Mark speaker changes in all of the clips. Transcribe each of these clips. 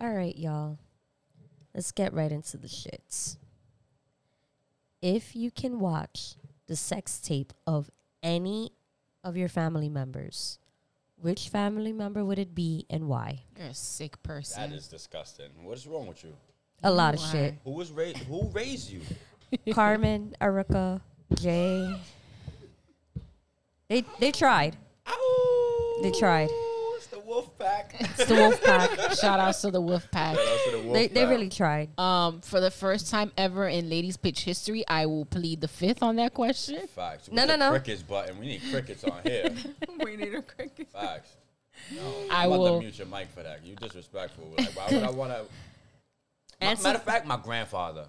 Speaker 1: All right, y'all. Let's get right into the shits. If you can watch the sex tape of any of your family members, which family member would it be and why?
Speaker 2: You're a sick person.
Speaker 3: That is disgusting. What is wrong with you?
Speaker 1: A lot of
Speaker 2: Why?
Speaker 1: shit.
Speaker 3: Who was raised? Who raised you?
Speaker 1: Carmen, Erica, Jay. They they tried.
Speaker 3: Ow!
Speaker 1: They tried.
Speaker 3: It's the wolf pack.
Speaker 1: It's the wolf pack.
Speaker 2: Shout outs to the Wolf Pack.
Speaker 1: they they really tried.
Speaker 2: Um, for the first time ever in ladies pitch history, I will plead the fifth on that question.
Speaker 3: Facts. We
Speaker 1: No,
Speaker 3: need
Speaker 1: no,
Speaker 3: a
Speaker 1: no.
Speaker 3: Crickets button. We need crickets on here.
Speaker 4: we need a cricket.
Speaker 3: Facts. No,
Speaker 2: I
Speaker 3: I'm about
Speaker 2: will-
Speaker 3: to mute your mic for that. You disrespectful. Like, why would I want to?
Speaker 1: Answer-
Speaker 3: Matter of fact, my grandfather.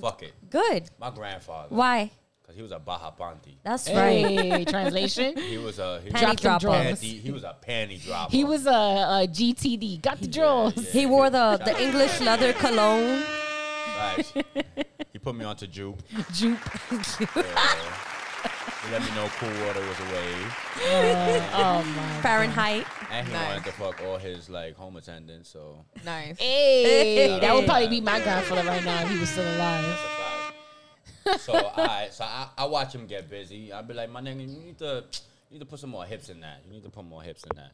Speaker 3: Fuck it.
Speaker 1: Good.
Speaker 3: My grandfather.
Speaker 1: Why?
Speaker 3: Because he was a Baja Ponte.
Speaker 1: That's right.
Speaker 2: Hey, translation.
Speaker 3: He was a he
Speaker 1: Panty
Speaker 3: was
Speaker 1: drop
Speaker 2: Drop them
Speaker 3: a
Speaker 2: drawers.
Speaker 1: offs.
Speaker 3: panty. He was a panty dropper.
Speaker 2: He was a, a GTD. Got the draws.
Speaker 3: yeah.
Speaker 1: He wore the, the English leather cologne.
Speaker 3: Facts. he put me onto Jupe.
Speaker 2: Jupe.
Speaker 3: Yeah. he let me know cool water was a wave,
Speaker 2: Oh my.
Speaker 1: Fahrenheit.
Speaker 3: and he
Speaker 4: Nice.
Speaker 3: wanted to fuck all his like home attendants. So
Speaker 4: Nice.
Speaker 2: Hey, that would probably be my grandfather right now if he was still alive.
Speaker 3: So I so I, I watch him get busy. I'd be like, my nigga, you need to you need to put some more hips in that. You need to put more hips in that.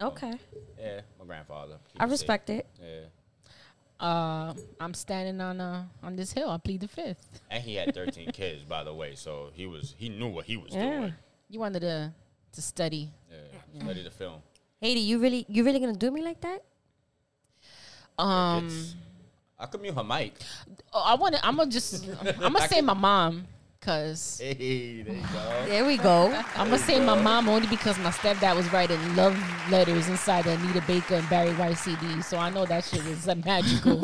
Speaker 1: Okay.
Speaker 3: Yeah, my grandfather. Keep
Speaker 1: I
Speaker 3: it safe.
Speaker 1: respect it.
Speaker 3: Yeah.
Speaker 2: Uh, I'm standing on uh on this hill. I plead the fifth.
Speaker 3: And he had 13 kids, by the way, so he was he knew what he was
Speaker 1: Yeah.
Speaker 3: doing.
Speaker 2: You wanted to to study.
Speaker 3: Yeah, ready to film.
Speaker 1: Haiti, you really you really gonna do me like that?
Speaker 2: Um,
Speaker 3: It's- I could mute her mic.
Speaker 2: oh, I want to. I'm gonna just. I'm gonna say my mom, cause
Speaker 3: Hey, there you go.
Speaker 1: There we go.
Speaker 2: I'm gonna say my mom only because my stepdad was writing love letters inside the Anita Baker and Barry White CD. So I know that shit was uh, magical.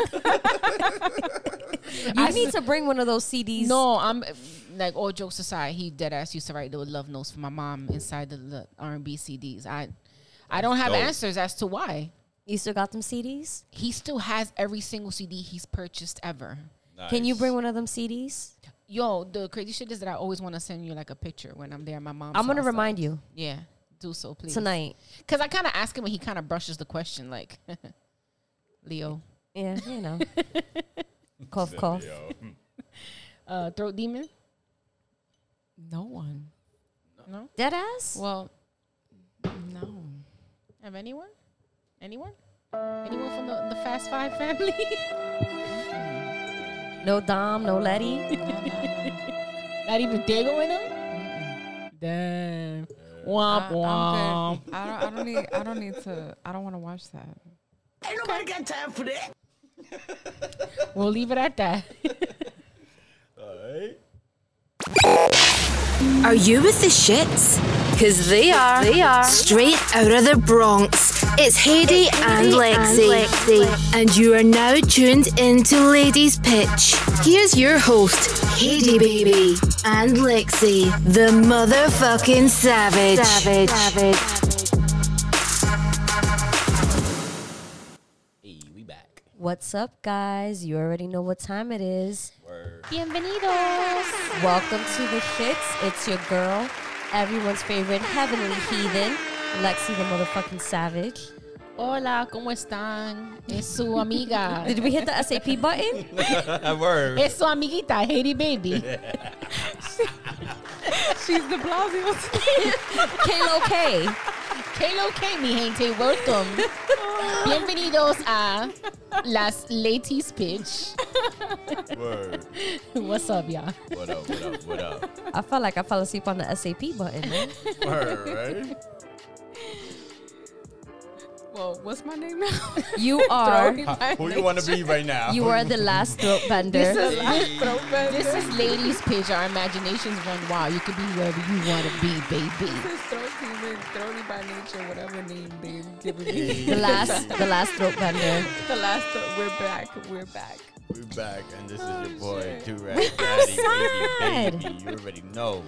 Speaker 1: You need to bring one of those CDs.
Speaker 2: No, I'm like all jokes aside. He dead ass used to write little love notes for my mom inside the, the R and B CDs. I, I don't have
Speaker 3: dope.
Speaker 2: answers as to why.
Speaker 1: You still got them CDs?
Speaker 2: He still has every single CD he's purchased ever.
Speaker 1: Can you
Speaker 3: Nice.
Speaker 1: bring one of them CDs?
Speaker 2: Yo, the crazy shit is that I always want to send you like a picture when I'm there at my mom's.
Speaker 1: I'm gonna
Speaker 2: house, like,
Speaker 1: remind you
Speaker 2: Yeah, do so please
Speaker 1: tonight.
Speaker 2: Because I kind of ask him when he kind of brushes the question like, Leo,
Speaker 1: Yeah, you know. cough, cough.
Speaker 3: Yo.
Speaker 2: uh, throat demon. No one. No.
Speaker 1: Dead ass?
Speaker 2: Well, no. Have anyone? Anyone? Anyone from the, the Fast Five family?
Speaker 1: No Dom, no Letty.
Speaker 2: Not even Dago in them? Damn.
Speaker 4: I,
Speaker 2: Womp
Speaker 4: I'm
Speaker 3: Um,
Speaker 2: womp.
Speaker 4: good. I don't. I don't need. I don't need to. I don't want to watch that.
Speaker 2: We'll leave it at that.
Speaker 5: Are you with the shits? Because they are. They are. Straight out of the Bronx. It's Heidi and Lexi. And you are now tuned into Ladies Pitch. Here's your host, Heidi Baby and Lexi, the motherfucking savage. Savage.
Speaker 3: Hey, we back.
Speaker 1: What's up, guys? You already know what time it is.
Speaker 3: Word.
Speaker 2: Bienvenidos.
Speaker 1: Welcome to the shits. It's your girl, everyone's favorite heavenly heathen, Lexi the motherfucking savage.
Speaker 2: Hola, ¿cómo están? Es su amiga.
Speaker 1: Did we hit the SAP button?
Speaker 3: Word.
Speaker 2: Es su amiguita, Haiti Baby.
Speaker 4: She's the Blasio.
Speaker 1: K-Lo K.
Speaker 2: Kalo K, mi gente, welcome. Bienvenidos a Las Ladies Pitch.
Speaker 3: Word.
Speaker 2: What's up, y'all?
Speaker 3: What up? What up? What up?
Speaker 1: I felt like I fell asleep on the SAP button, man.
Speaker 3: Word, right?
Speaker 4: well, what's my name now?
Speaker 1: You are
Speaker 4: Sorry, my
Speaker 3: Who
Speaker 4: name.
Speaker 3: you want to be right now?
Speaker 1: you are the last throat
Speaker 2: This
Speaker 1: bender.
Speaker 2: is, this is Ladies Pitch. Our imaginations run wild. You can be whoever you want to be, baby.
Speaker 4: Throw demon, throw me by nature, whatever name they've given me.
Speaker 1: The last the last throat bender.
Speaker 4: the last, th- we're back, we're back.
Speaker 3: we back, and this is your
Speaker 4: Oh,
Speaker 3: boy,
Speaker 4: shit.
Speaker 3: Do Rag Daddy,
Speaker 1: Outside.
Speaker 3: baby, baby. You already know.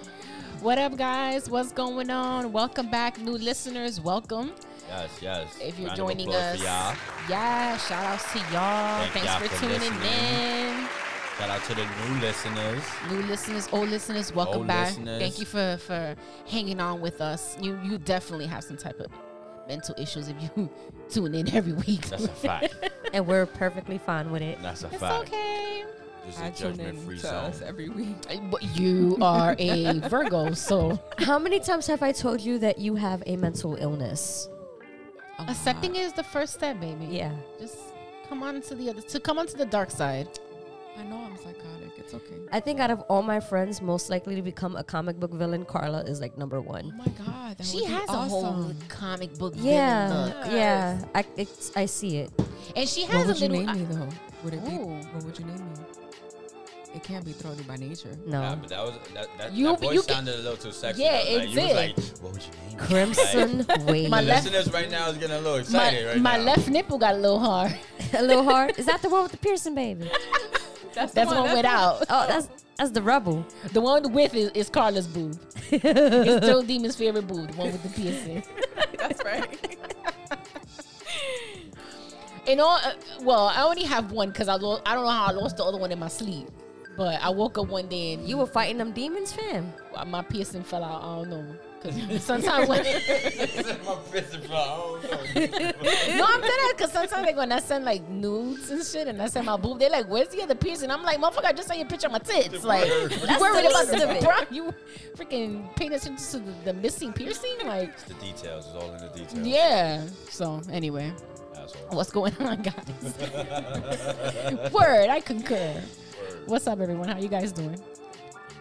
Speaker 2: What up, guys? What's going on? Welcome back, new listeners. Welcome.
Speaker 3: Yes, yes.
Speaker 2: If you're
Speaker 3: Round of
Speaker 2: joining
Speaker 3: applause
Speaker 2: us,
Speaker 3: for y'all.
Speaker 2: yeah, shout outs to y'all.
Speaker 3: Thank
Speaker 2: Thanks
Speaker 3: y'all
Speaker 2: for,
Speaker 3: for
Speaker 2: tuning
Speaker 3: listening. shout out to the new listeners.
Speaker 2: in. New listeners, old listeners, welcome
Speaker 3: Old
Speaker 2: back.
Speaker 3: listeners.
Speaker 2: Thank you for for hanging on with us. You you definitely have some type of mental issues if you tune in every week.
Speaker 3: That's a fact.
Speaker 1: and we're perfectly fine with it.
Speaker 3: That's a
Speaker 2: It's
Speaker 3: fact.
Speaker 2: okay.
Speaker 3: This is
Speaker 4: I
Speaker 3: a
Speaker 4: tune
Speaker 3: judgment
Speaker 4: in
Speaker 3: free
Speaker 4: to
Speaker 3: zone.
Speaker 4: us every week.
Speaker 2: But you are a Virgo, so
Speaker 1: How many times have I told you that you have a mental illness?
Speaker 2: accepting is the first step, baby.
Speaker 1: Yeah.
Speaker 2: Just come on to the other to come on to the dark side.
Speaker 4: I know I'm psychotic. It's okay.
Speaker 1: I think out of all my friends, most likely to become a comic book villain, Carla is like number
Speaker 4: Oh
Speaker 1: one.
Speaker 4: my god, that
Speaker 2: she
Speaker 4: would be
Speaker 2: has a
Speaker 4: awesome.
Speaker 2: whole comic book villain
Speaker 1: Yeah,
Speaker 2: look.
Speaker 1: yeah. I it's, I see it.
Speaker 2: And she has
Speaker 4: What
Speaker 2: a
Speaker 4: would you
Speaker 2: little uh,
Speaker 4: name
Speaker 2: I-
Speaker 4: me though? Would it be?
Speaker 2: Ooh.
Speaker 4: What would you name me? It can't be thrown by nature.
Speaker 1: No,
Speaker 3: Nah, but that was that. That,
Speaker 2: You-
Speaker 3: that voice
Speaker 2: you can-
Speaker 3: sounded a little too sexy.
Speaker 2: Yeah,
Speaker 3: I was
Speaker 2: it
Speaker 3: like, you was
Speaker 2: did.
Speaker 3: like, what would you name? it?"
Speaker 1: Crimson Wave.
Speaker 2: My
Speaker 3: The
Speaker 2: left-
Speaker 3: listeners right now is getting a little
Speaker 2: my,
Speaker 3: excited right
Speaker 2: my
Speaker 3: now.
Speaker 2: left nipple got a little hard.
Speaker 1: a little hard. Is that the one with the piercing, baby?
Speaker 4: That's,
Speaker 2: That's one without.
Speaker 1: Oh, that's that's the rebel.
Speaker 2: The one with is, is Carla's boob. it's Joe Demon's favorite boob, the one with the piercing.
Speaker 4: That's right.
Speaker 2: And all, uh, well, I only have one because I lo- I don't know how I lost the other one in my sleep. But I woke up one day and
Speaker 1: You were fighting them demons, fam.
Speaker 2: my piercing fell out. I don't know. Cause sometimes when
Speaker 3: my prison bro. I don't know.
Speaker 2: no, I'm dead because sometimes like when I send like nudes and shit and I send my boob, they're like, "Where's the other piercing?" I'm like, "Motherfucker, I just saw your picture on my tits." Like, you
Speaker 1: That's
Speaker 2: worried
Speaker 1: the
Speaker 2: about
Speaker 1: least of
Speaker 2: the
Speaker 1: it.
Speaker 2: bro? You freaking paying attention to the, the missing piercing? Like,
Speaker 3: the details is all in the details.
Speaker 2: yeah. So anyway,
Speaker 3: Asshole.
Speaker 2: what's going on, guys? Word, I concur. What's up, everyone? How you guys doing?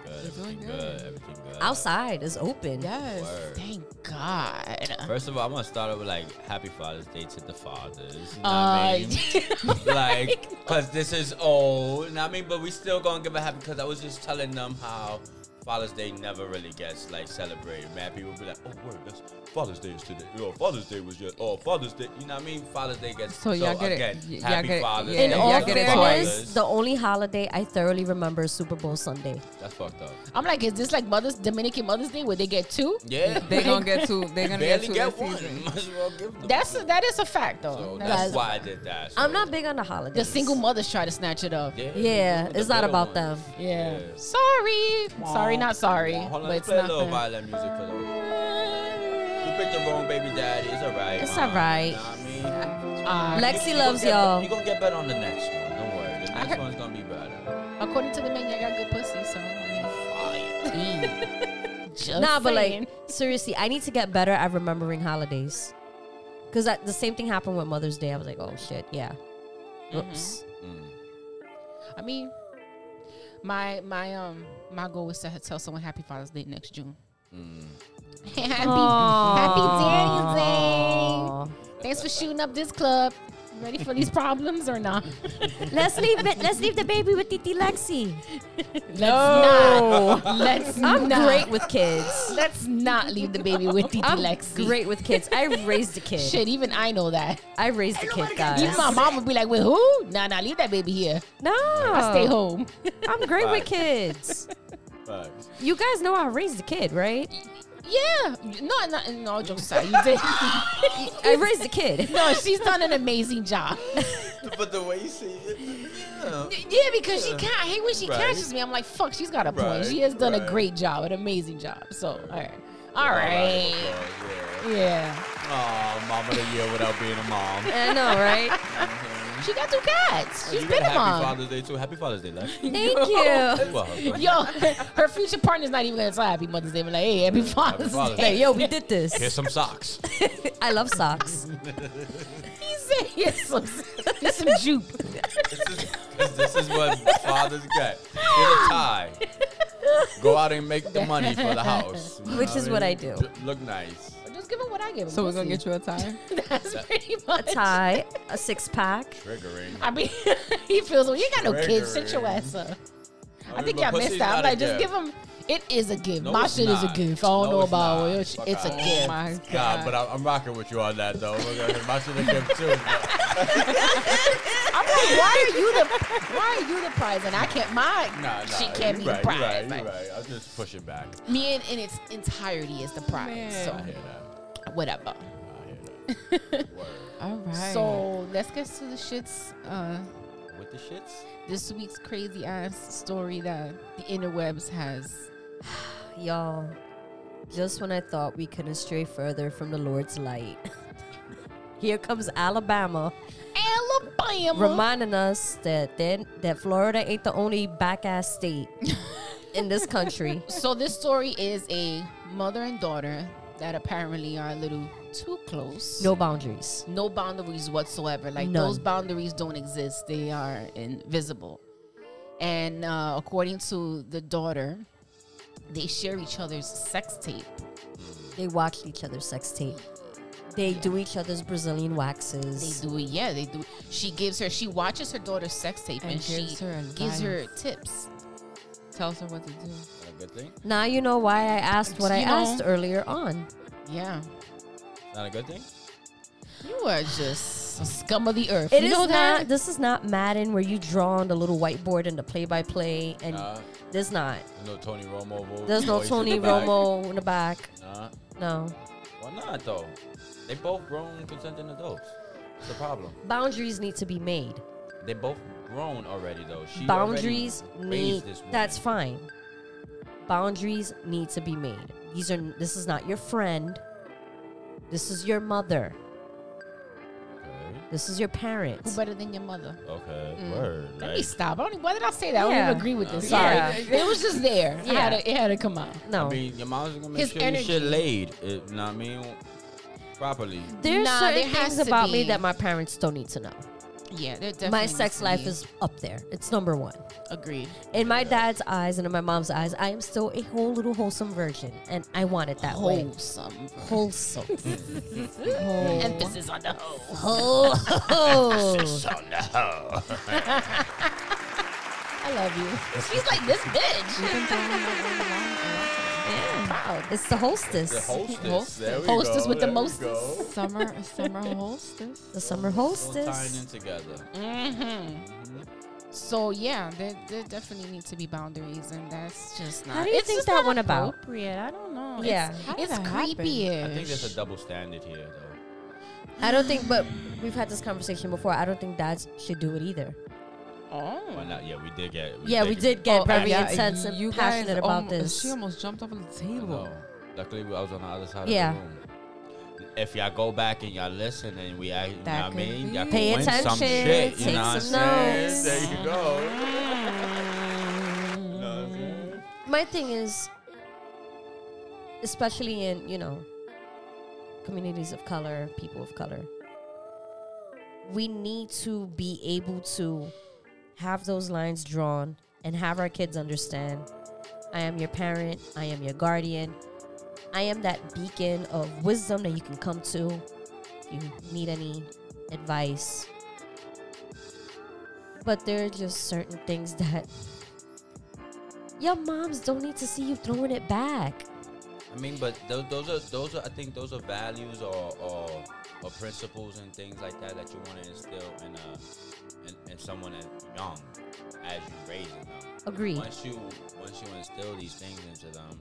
Speaker 3: Good,
Speaker 4: doing
Speaker 3: everything good.
Speaker 4: good.
Speaker 3: Everything good.
Speaker 1: Outside is open.
Speaker 4: Yes.
Speaker 3: Word.
Speaker 2: Thank God.
Speaker 3: First of all, I want to start off with like Happy Father's Day to the fathers. You
Speaker 2: Uh,
Speaker 3: know what I mean?
Speaker 4: oh
Speaker 3: like, cause this is old. Know what I mean, but we still gonna give a happy. Cause I was just telling them how Father's Day never really gets like celebrated. Man, people be like, oh word, that's Father's Day is today. Oh, Father's Day was just oh Father's Day. You know what I mean? Father's Day gets
Speaker 4: So
Speaker 3: so,
Speaker 4: y'all get it.
Speaker 3: again.
Speaker 4: Y- y'all
Speaker 3: happy
Speaker 4: get it.
Speaker 3: Father's
Speaker 4: Yeah,
Speaker 1: In
Speaker 3: Day.
Speaker 4: y'all
Speaker 1: all
Speaker 4: get it
Speaker 1: fairness,
Speaker 3: Fathers.
Speaker 1: the only holiday I thoroughly remember is Super Bowl Sunday.
Speaker 3: that's fucked up.
Speaker 2: I'm like, is this like Mother's Dominican Mother's Day where they get two?
Speaker 3: Yeah,
Speaker 4: They gonna get two. They gonna get
Speaker 3: barely
Speaker 4: two
Speaker 3: get
Speaker 4: this
Speaker 3: one.
Speaker 4: season.
Speaker 3: Might as well give them.
Speaker 2: That's
Speaker 3: two.
Speaker 2: a, that is a fact though.
Speaker 3: so
Speaker 2: That's-
Speaker 3: that's,
Speaker 1: that's-
Speaker 3: why I did that. so-
Speaker 1: I'm not big on the holidays.
Speaker 2: the single mothers try to snatch it up.
Speaker 3: Yeah,
Speaker 1: Yeah, it's not about them.
Speaker 2: Yeah.
Speaker 3: Yeah.
Speaker 2: Sorry. Sorry, not sorry.
Speaker 3: Hold on,
Speaker 2: but
Speaker 3: let's
Speaker 2: it's
Speaker 3: play a
Speaker 2: not
Speaker 3: little
Speaker 2: fair.
Speaker 3: violin music for them. You picked the wrong baby daddy. It's alright.
Speaker 1: It's
Speaker 3: Mom.
Speaker 1: alright.
Speaker 3: You know what I mean?
Speaker 2: Uh,
Speaker 1: Lexi
Speaker 3: You- you
Speaker 1: loves
Speaker 3: gonna get-
Speaker 1: y'all.
Speaker 3: You gonna get better on the next one. Don't worry. The next
Speaker 2: heard-
Speaker 3: one's gonna be better.
Speaker 2: according to the man, you got good pussy, so. I
Speaker 3: Fire.
Speaker 2: mean, Just
Speaker 1: Nah, but
Speaker 2: saying.
Speaker 1: like seriously, I need to get better at remembering holidays. Cause that, the same thing happened with Mother's Day. I was like, oh shit, yeah.
Speaker 2: Mm-hmm.
Speaker 1: Oops.
Speaker 2: I mean, my my um my goal was to ha- tell someone Happy Father's Day next June.
Speaker 3: Hmm.
Speaker 2: happy Happy Daddy's
Speaker 1: Aw.
Speaker 2: Day! Thanks for shooting up this club. You Ready for these problems or not?
Speaker 1: let's leave it. Let's leave the baby with Titi Lexi.
Speaker 2: Let's no. not. Let's
Speaker 1: I'm
Speaker 2: not.
Speaker 1: great with kids.
Speaker 2: Let's not leave the baby with Titi
Speaker 1: I'm
Speaker 2: Lexi.
Speaker 1: great with kids. I raised a kid.
Speaker 2: Shit, even I know that.
Speaker 1: I raised a kid, guys.
Speaker 2: Even my mom would be like, "With who? Nah, nah, leave that baby here.
Speaker 1: No,
Speaker 2: I stay home."
Speaker 1: I'm great with
Speaker 3: Facts.
Speaker 1: kids.
Speaker 3: Facts.
Speaker 1: You guys know I raised a kid, right?
Speaker 2: yeah, no, no, no. all Jokes aside, you did.
Speaker 1: I raised a kid.
Speaker 2: no, she's done an amazing job.
Speaker 3: But the way you see it, yeah.
Speaker 2: Yeah, because she can't. I hate when she
Speaker 3: Right.
Speaker 2: catches me. I'm like, "Fuck, she's got a point.
Speaker 3: Right,
Speaker 2: She has done a
Speaker 3: right.
Speaker 2: great job, an amazing job." So, all right, all
Speaker 3: All right,
Speaker 2: right,
Speaker 3: applause,
Speaker 2: yeah.
Speaker 3: yeah. Aw, mom of the year without being a mom.
Speaker 1: I know, right?
Speaker 2: She got two cats. She's
Speaker 3: Oh, you
Speaker 2: been
Speaker 3: got a
Speaker 2: a
Speaker 3: happy
Speaker 2: mom.
Speaker 3: Father's Day too. Happy Father's Day, Lex.
Speaker 1: Thank you.
Speaker 3: Well, happy
Speaker 2: Yo, her future partner's not even gonna say Happy Mother's Day. Be like, "Hey, Happy Father's
Speaker 3: Father's
Speaker 2: Day."
Speaker 3: Day.
Speaker 1: Hey, yo, we did
Speaker 3: Here's
Speaker 1: this.
Speaker 3: some socks.
Speaker 1: I love socks.
Speaker 2: He said, "Here's some, here's some jupe."
Speaker 3: This is, 'cause this is what fathers get. Get a tie. Go out and make the money for the house. You know
Speaker 1: Which is what I do.
Speaker 3: D- Look nice.
Speaker 2: Just give him what I give him.
Speaker 4: So we're gonna get you a tie.
Speaker 2: That's pretty
Speaker 1: A
Speaker 2: much.
Speaker 1: tie, a six pack.
Speaker 3: Triggering.
Speaker 2: I mean, he feels well. You got no kids.
Speaker 3: Gregory.
Speaker 2: Sit your ass up. I think
Speaker 3: mean,
Speaker 2: y'all
Speaker 3: but
Speaker 2: missed
Speaker 3: pussy's
Speaker 2: that. I'm
Speaker 3: not a
Speaker 2: like, just
Speaker 3: gift.
Speaker 2: give him. It is a gift.
Speaker 3: No,
Speaker 2: My
Speaker 3: it's
Speaker 2: shit is a
Speaker 3: not.
Speaker 2: gift. I don't
Speaker 3: No,
Speaker 2: know
Speaker 3: it's
Speaker 2: about
Speaker 3: not.
Speaker 2: your shit.
Speaker 3: Fuck
Speaker 2: It's a
Speaker 3: off.
Speaker 2: gift.
Speaker 4: My God.
Speaker 3: God, but I, I'm rocking with you on that though. We're gonna hit my shit and give too.
Speaker 2: I'm like, why are you the why are you the prize and I can't my
Speaker 3: Nah, nah.
Speaker 2: shit can't
Speaker 3: you
Speaker 2: be
Speaker 3: right,
Speaker 2: the
Speaker 3: you
Speaker 2: prize.
Speaker 3: right, you
Speaker 2: Like,
Speaker 3: right. I'm just pushing back.
Speaker 2: Me in, in its entirety is the prize.
Speaker 4: Man.
Speaker 3: I
Speaker 2: So
Speaker 3: hear that.
Speaker 2: whatever.
Speaker 3: I hear that. Word.
Speaker 4: All right.
Speaker 2: So let's get to the shits. Uh,
Speaker 3: With the shits?
Speaker 2: this week's crazy ass story that the interwebs has.
Speaker 1: Y'all, just when I thought we couldn't stray further from the Lord's light, here comes Alabama
Speaker 2: Alabama.
Speaker 1: reminding us that that, that Florida ain't the only back ass state in this country.
Speaker 2: so this story is a mother and daughter that apparently are a little too close.
Speaker 1: No boundaries.
Speaker 2: no boundaries whatsoever. Like
Speaker 1: None.
Speaker 2: those boundaries don't exist. They are invisible. And uh, according to the daughter, they share each other's sex tape.
Speaker 1: They watch each other's sex tape. They do each other's Brazilian
Speaker 2: They
Speaker 1: waxes.
Speaker 2: do it. Yeah, they do. She gives her. She watches her daughter's sex tape and,
Speaker 4: And
Speaker 2: she
Speaker 4: gives her
Speaker 2: gives her
Speaker 4: advice.
Speaker 2: tips.
Speaker 4: Tells her what to do.
Speaker 3: Is that a good thing?
Speaker 1: Now you know why I asked what I
Speaker 2: You know.
Speaker 1: asked earlier on.
Speaker 2: Yeah,
Speaker 3: Not a good thing?
Speaker 2: you are just a scum of the earth.
Speaker 1: It
Speaker 2: you
Speaker 1: is
Speaker 2: know
Speaker 1: not.
Speaker 2: that?
Speaker 1: This is not Madden where you draw on the little whiteboard and the play-by-play, and
Speaker 3: Nah.
Speaker 1: there's not.
Speaker 3: There's no Tony Romo. vo-
Speaker 1: There's no
Speaker 3: voice in the
Speaker 1: Tony
Speaker 3: back.
Speaker 1: Romo in the back.
Speaker 3: Nah.
Speaker 1: No
Speaker 3: Why not, though? They both grown consenting adults. What's the problem?
Speaker 1: boundaries need to be made.
Speaker 3: They both grown already, though. She
Speaker 1: boundaries
Speaker 3: already
Speaker 1: need.
Speaker 3: raised this woman.
Speaker 1: That's fine. Boundaries need to be made. These are. This is not your friend. This is your mother. This is your
Speaker 2: Who
Speaker 1: parents.
Speaker 2: better than your mother?
Speaker 3: Okay. Okay.
Speaker 1: Mm.
Speaker 3: Word.
Speaker 2: Let
Speaker 3: like-
Speaker 2: me stop. I don't. even- Why did I say that? I
Speaker 1: Yeah.
Speaker 2: don't even agree with this. Sorry,
Speaker 1: Yeah.
Speaker 2: it was just there. Yeah, it had to, it had to come out.
Speaker 1: no.
Speaker 3: I mean, your mom's gonna make
Speaker 2: His
Speaker 3: sure your shit
Speaker 2: energy.
Speaker 3: laid. eh, You know what I mean? Properly.
Speaker 1: There's
Speaker 2: Nah,
Speaker 1: certain
Speaker 2: there has
Speaker 1: things
Speaker 2: to
Speaker 1: about me
Speaker 2: be.
Speaker 1: that my parents don't need to know.
Speaker 2: Yeah, there definitely
Speaker 1: my
Speaker 2: needs
Speaker 1: sex
Speaker 2: to
Speaker 1: life
Speaker 2: be.
Speaker 1: is up there. It's number one.
Speaker 2: agreed.
Speaker 1: In my dad's eyes and in my mom's eyes, I am still a whole little wholesome virgin, and I want it that way.
Speaker 2: wholesome.
Speaker 1: Wholesome.
Speaker 2: Emphasis on the whole.
Speaker 1: Oh.
Speaker 2: I love you. She's like this bitch.
Speaker 4: Been doing it a really long time.
Speaker 1: It's the hostess.
Speaker 3: The hostess.
Speaker 4: Hostess.
Speaker 3: There we
Speaker 2: Hostess
Speaker 3: go,
Speaker 2: with the
Speaker 3: there we
Speaker 2: mostest.
Speaker 3: go.
Speaker 4: Summer, summer hostess.
Speaker 1: The summer
Speaker 3: All tying in
Speaker 1: hostess.
Speaker 3: together.
Speaker 2: Mm-hmm. So yeah, there, there definitely need to be boundaries, and that's just not.
Speaker 1: How do you
Speaker 2: it's
Speaker 1: think
Speaker 2: just
Speaker 1: that
Speaker 2: not
Speaker 1: went about?
Speaker 4: Appropriate. I don't know.
Speaker 1: Yeah.
Speaker 2: a-
Speaker 4: How did
Speaker 2: It's
Speaker 4: that happen?
Speaker 2: creepy.
Speaker 3: I think there's a double standard here, though.
Speaker 1: I don't think, but we've had this conversation before. I don't think dads should do it either.
Speaker 3: Why
Speaker 2: Oh,
Speaker 3: not? Yeah, we did get.
Speaker 1: Yeah, we did get very
Speaker 4: Oh, Yeah,
Speaker 1: intense and
Speaker 4: you guys
Speaker 1: passionate about
Speaker 4: almo-
Speaker 1: this.
Speaker 4: She almost jumped off of the table.
Speaker 3: No. Luckily, I was on the other side
Speaker 1: Yeah.
Speaker 3: of the room. If y'all go back and y'all listen and we, I, you know what
Speaker 4: That
Speaker 3: I
Speaker 4: could
Speaker 3: mean?
Speaker 4: be.
Speaker 3: Y'all could
Speaker 1: Pay
Speaker 3: win some
Speaker 1: attention,
Speaker 3: shit. You
Speaker 1: take
Speaker 3: know what I'm
Speaker 1: some notes.
Speaker 3: saying? There you go. You know what I'm saying?
Speaker 1: my thing is especially in you know communities of color people of color we need to be able to have those lines drawn and have our kids understand i am your parent i am your guardian i am that beacon of wisdom that you can come to if you need any advice but there are just certain things that your moms don't need to see you throwing it back.
Speaker 3: I mean, but those, those are those are I think those are values or, or or principles and things like that that you want to instill in a in, in someone as young as you raising them.
Speaker 1: Agreed.
Speaker 3: Once you once you instill these things into them,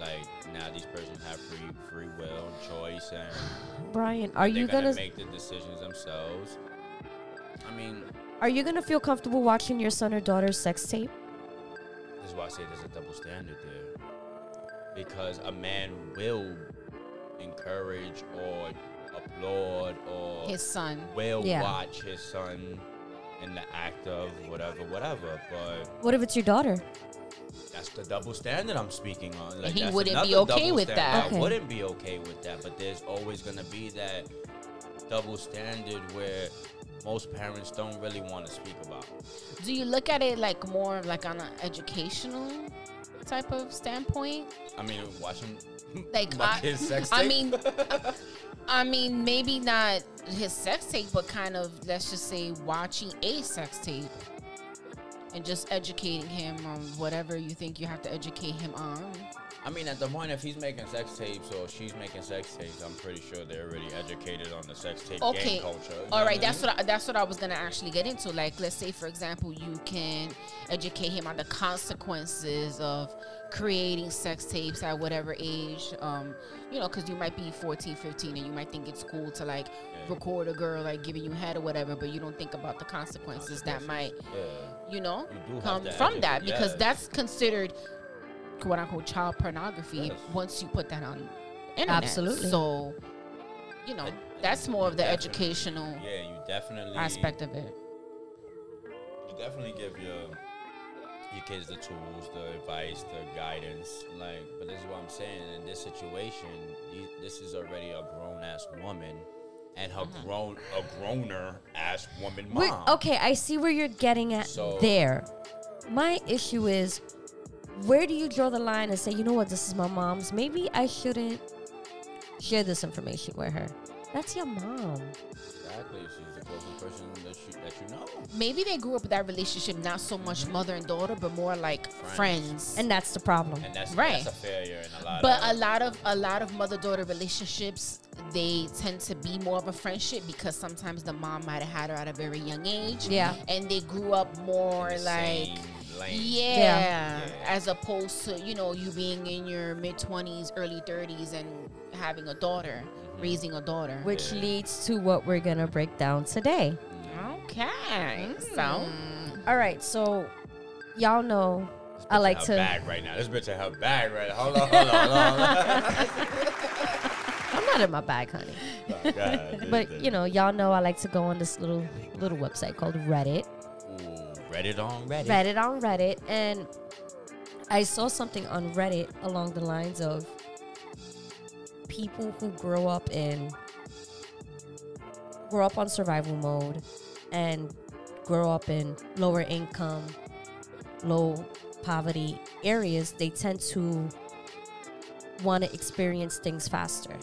Speaker 3: like now these persons have free free will, choice, and
Speaker 1: Brian, are
Speaker 3: they're
Speaker 1: you
Speaker 3: gonna,
Speaker 1: gonna
Speaker 3: make the decisions themselves. I mean,
Speaker 1: are you gonna feel comfortable watching your son or daughter's sex tape?
Speaker 3: That's why I say there's a double standard there. Because a man will encourage or applaud or
Speaker 2: his son.
Speaker 3: will
Speaker 1: Yeah.
Speaker 3: watch his son in the act of whatever, whatever. But
Speaker 1: What if it's your daughter?
Speaker 3: that's the double standard I'm speaking on.
Speaker 2: And he
Speaker 3: that's
Speaker 2: wouldn't be
Speaker 3: another
Speaker 2: okay
Speaker 3: double
Speaker 2: with
Speaker 3: standard.
Speaker 2: that.
Speaker 1: Okay.
Speaker 3: I wouldn't be okay with that. But there's always going to be that double standard where most parents don't really want to speak about.
Speaker 2: Do you look at it like more like on an educational type of standpoint?
Speaker 3: I mean, watching
Speaker 2: Like
Speaker 3: my
Speaker 2: I,
Speaker 3: kids' sex
Speaker 2: I
Speaker 3: tape.
Speaker 2: mean, I mean maybe not his sex tape, but kind of let's just say watching a sex tape and just educating him on whatever you think you have to educate him on.
Speaker 3: I mean, at the point, if he's making sex tapes or she's making sex tapes, I'm pretty sure they're already educated on the sex tape
Speaker 2: Okay.
Speaker 3: game culture.
Speaker 2: All right, that's what I, that's what I was gonna actually get into. Like, let's say for example, you can educate him on the consequences of creating sex tapes at whatever age. Um, you know, because you might be 14, 15, and you might think it's cool to like record a girl like giving you head or whatever, but you don't think about the consequences that might
Speaker 3: I mean. Yeah.
Speaker 2: you know,
Speaker 3: You do have
Speaker 2: come
Speaker 3: to
Speaker 2: from that
Speaker 3: educate-
Speaker 2: because
Speaker 3: yes.
Speaker 2: that's considered quote unquote child pornography
Speaker 3: Yes.
Speaker 2: once you put that on the internet.
Speaker 1: Absolutely.
Speaker 2: So, you know, That's more of the
Speaker 3: Definitely.
Speaker 2: educational
Speaker 3: Yeah, you definitely
Speaker 2: aspect of it.
Speaker 3: You definitely give your your kids the tools, the advice, the guidance. Like, but this is what I'm saying. In this situation, these- this is already a grown ass woman, and her grown a growner ass woman
Speaker 1: We're-
Speaker 3: mom.
Speaker 1: okay, I see where you're getting at
Speaker 3: So-
Speaker 1: there. My issue is where do you draw the line and say, you know what, this is my mom's? Maybe I shouldn't share this information with her. That's your mom.
Speaker 3: Exactly. She's the closest person that you that you know.
Speaker 2: Maybe they grew up with that relationship, not so much mother and daughter, but more like friends.
Speaker 1: And that's the problem.
Speaker 3: And that's
Speaker 2: Right.
Speaker 3: that's a failure in a lot.
Speaker 2: but
Speaker 3: of,
Speaker 2: a lot of a lot of mother daughter relationships, they tend to be more of a friendship because sometimes the mom might have had her at a very young age.
Speaker 1: Yeah.
Speaker 2: and they grew up more
Speaker 3: in the
Speaker 2: like.
Speaker 3: same lane.
Speaker 2: Yeah.
Speaker 1: Yeah.
Speaker 2: as opposed to you know you being in your mid twenties, early thirties, and having a daughter, raising a daughter.
Speaker 1: Which leads to what we're going to break down today.
Speaker 2: Okay, so
Speaker 1: All right, so y'all know I like
Speaker 3: her
Speaker 1: to.
Speaker 3: bag right now. This bitch in her bag right. Hold on, hold on, hold on.
Speaker 1: I'm not in my bag, honey.
Speaker 3: Oh, God.
Speaker 1: But you know, y'all know I like to go on this little little website called Reddit.
Speaker 3: Ooh, Reddit on Reddit.
Speaker 1: Reddit on Reddit, and I saw something on Reddit along the lines of people who grow up in grow up on survival mode and grow up in lower income, low poverty areas, they tend to want to experience things faster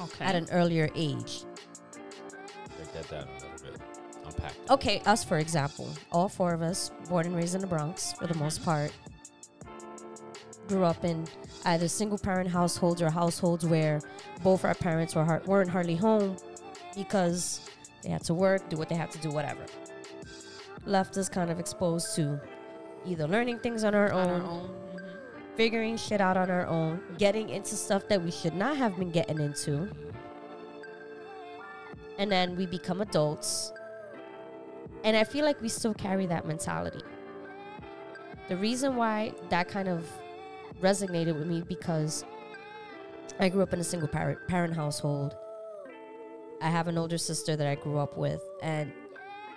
Speaker 2: okay,
Speaker 1: at an earlier age.
Speaker 3: Break that down a little bit. Unpack. that.
Speaker 1: okay, us for example, all four of us, born and raised in the Bronx for the most part, grew up in either single parent households or households where both our parents were har- weren't hardly home because they had to work, do what they had to do, whatever. Left us kind of exposed to either learning things on our,
Speaker 4: Oh.
Speaker 2: on
Speaker 1: own,
Speaker 2: our own. Mhm.
Speaker 1: figuring shit out on our own, getting into stuff that we should not have been getting into. And then we become adults. And I feel like we still carry that mentality. The reason why that kind of resonated with me because I grew up in a single parent, parent household. I have an older sister that I grew up with, and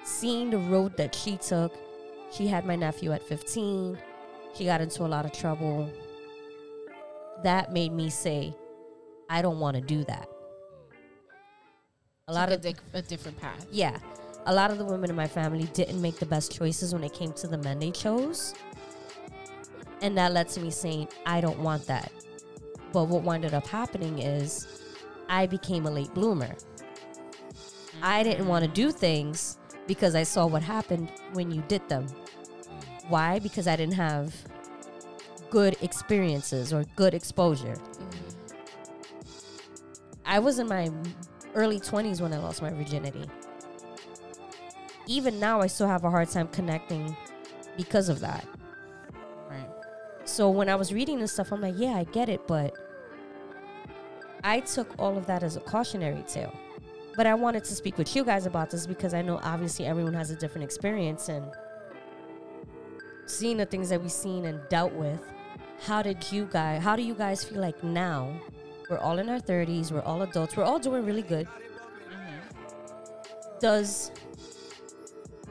Speaker 1: seeing the road that she took, she had my nephew at 15. She got into a lot of trouble. That made me say, I don't want to do that. A lot
Speaker 2: Took
Speaker 1: of
Speaker 2: di- a different path.
Speaker 1: yeah, a lot of the women in my family didn't make the best choices when it came to the men they chose. And that led to me saying, I don't want that. But what ended up happening is I became a late bloomer. I didn't want to do things because I saw what happened when you did them. Why? Because I didn't have good experiences or good exposure. I was in my early 20s when I lost my virginity. Even now, I still have a hard time connecting because of that.
Speaker 2: Right.
Speaker 1: So when I was reading this stuff, I'm like, yeah, I get it, but I took all of that as a cautionary tale. But I wanted to speak with you guys about this because I know obviously everyone has a different experience and seeing the things that we've seen and dealt with. How did you guys? How do you guys feel like now? We're all in our 30s. We're all adults. We're all doing really good. Does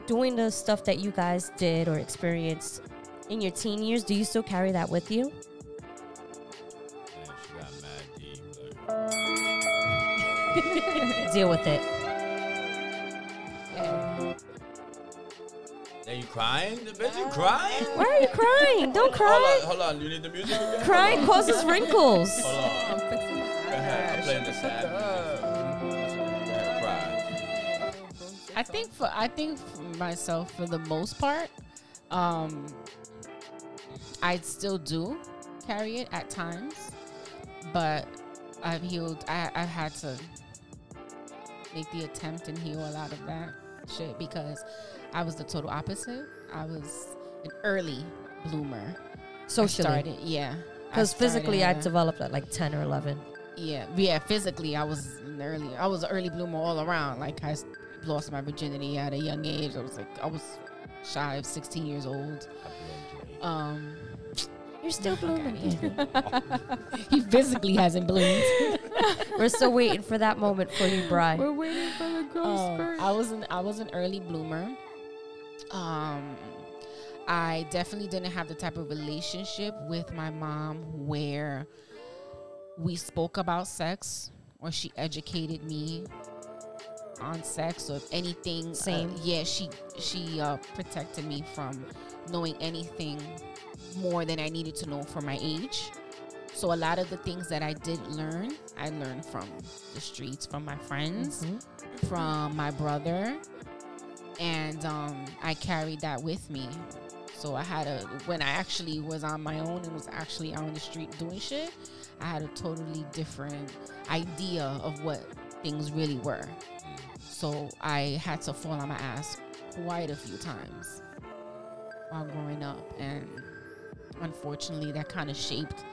Speaker 1: doing the stuff that you guys did or experienced in your teen years, do you still carry that with you?
Speaker 3: Man, she got mad deep. Like,
Speaker 1: Deal with it.
Speaker 3: Now you crying? Bitch, you crying?
Speaker 1: Why are you crying? Don't
Speaker 3: Hold
Speaker 1: cry.
Speaker 3: on, hold on. You need the music again?
Speaker 1: Crying causes wrinkles.
Speaker 3: Hold on. Go ahead. I'm playing the sad music. Go ahead, cry.
Speaker 2: I think for I think for myself for the most part, um, I still do carry it at times, but I've healed. I I've had to make the attempt and heal a lot of that shit because I was the total opposite. I was an early bloomer. I
Speaker 1: Socially.
Speaker 2: started, yeah. I
Speaker 1: Because physically, I
Speaker 2: started, uh,
Speaker 1: developed at like 10 or 11.
Speaker 2: yeah, yeah. Physically, I was an early. I was an early bloomer all around. Like I s- lost my virginity at a young age. I was like, I was shy of sixteen years old. Um,
Speaker 1: You're still blooming.
Speaker 2: he physically Um, hasn't bloomed.
Speaker 1: We're still waiting for that moment for you, Bri.
Speaker 4: We're waiting for the growth
Speaker 2: Um,
Speaker 4: spurt.
Speaker 2: I was an I was an early bloomer. Um, I definitely didn't have the type of relationship with my mom where we spoke about sex or she educated me on sex or if anything. uh,
Speaker 1: Same.
Speaker 2: yeah, she she uh, protected me from knowing anything more than I needed to know for my age. So a lot of the things that I did learn, I learned from the streets, from my friends from my brother, and um, I carried that with me. So I had a when I actually was on my own and was actually out on the street doing shit, I had a totally different idea of what things really were. So I had to fall on my ass quite a few times while growing up, and unfortunately, that kind of shaped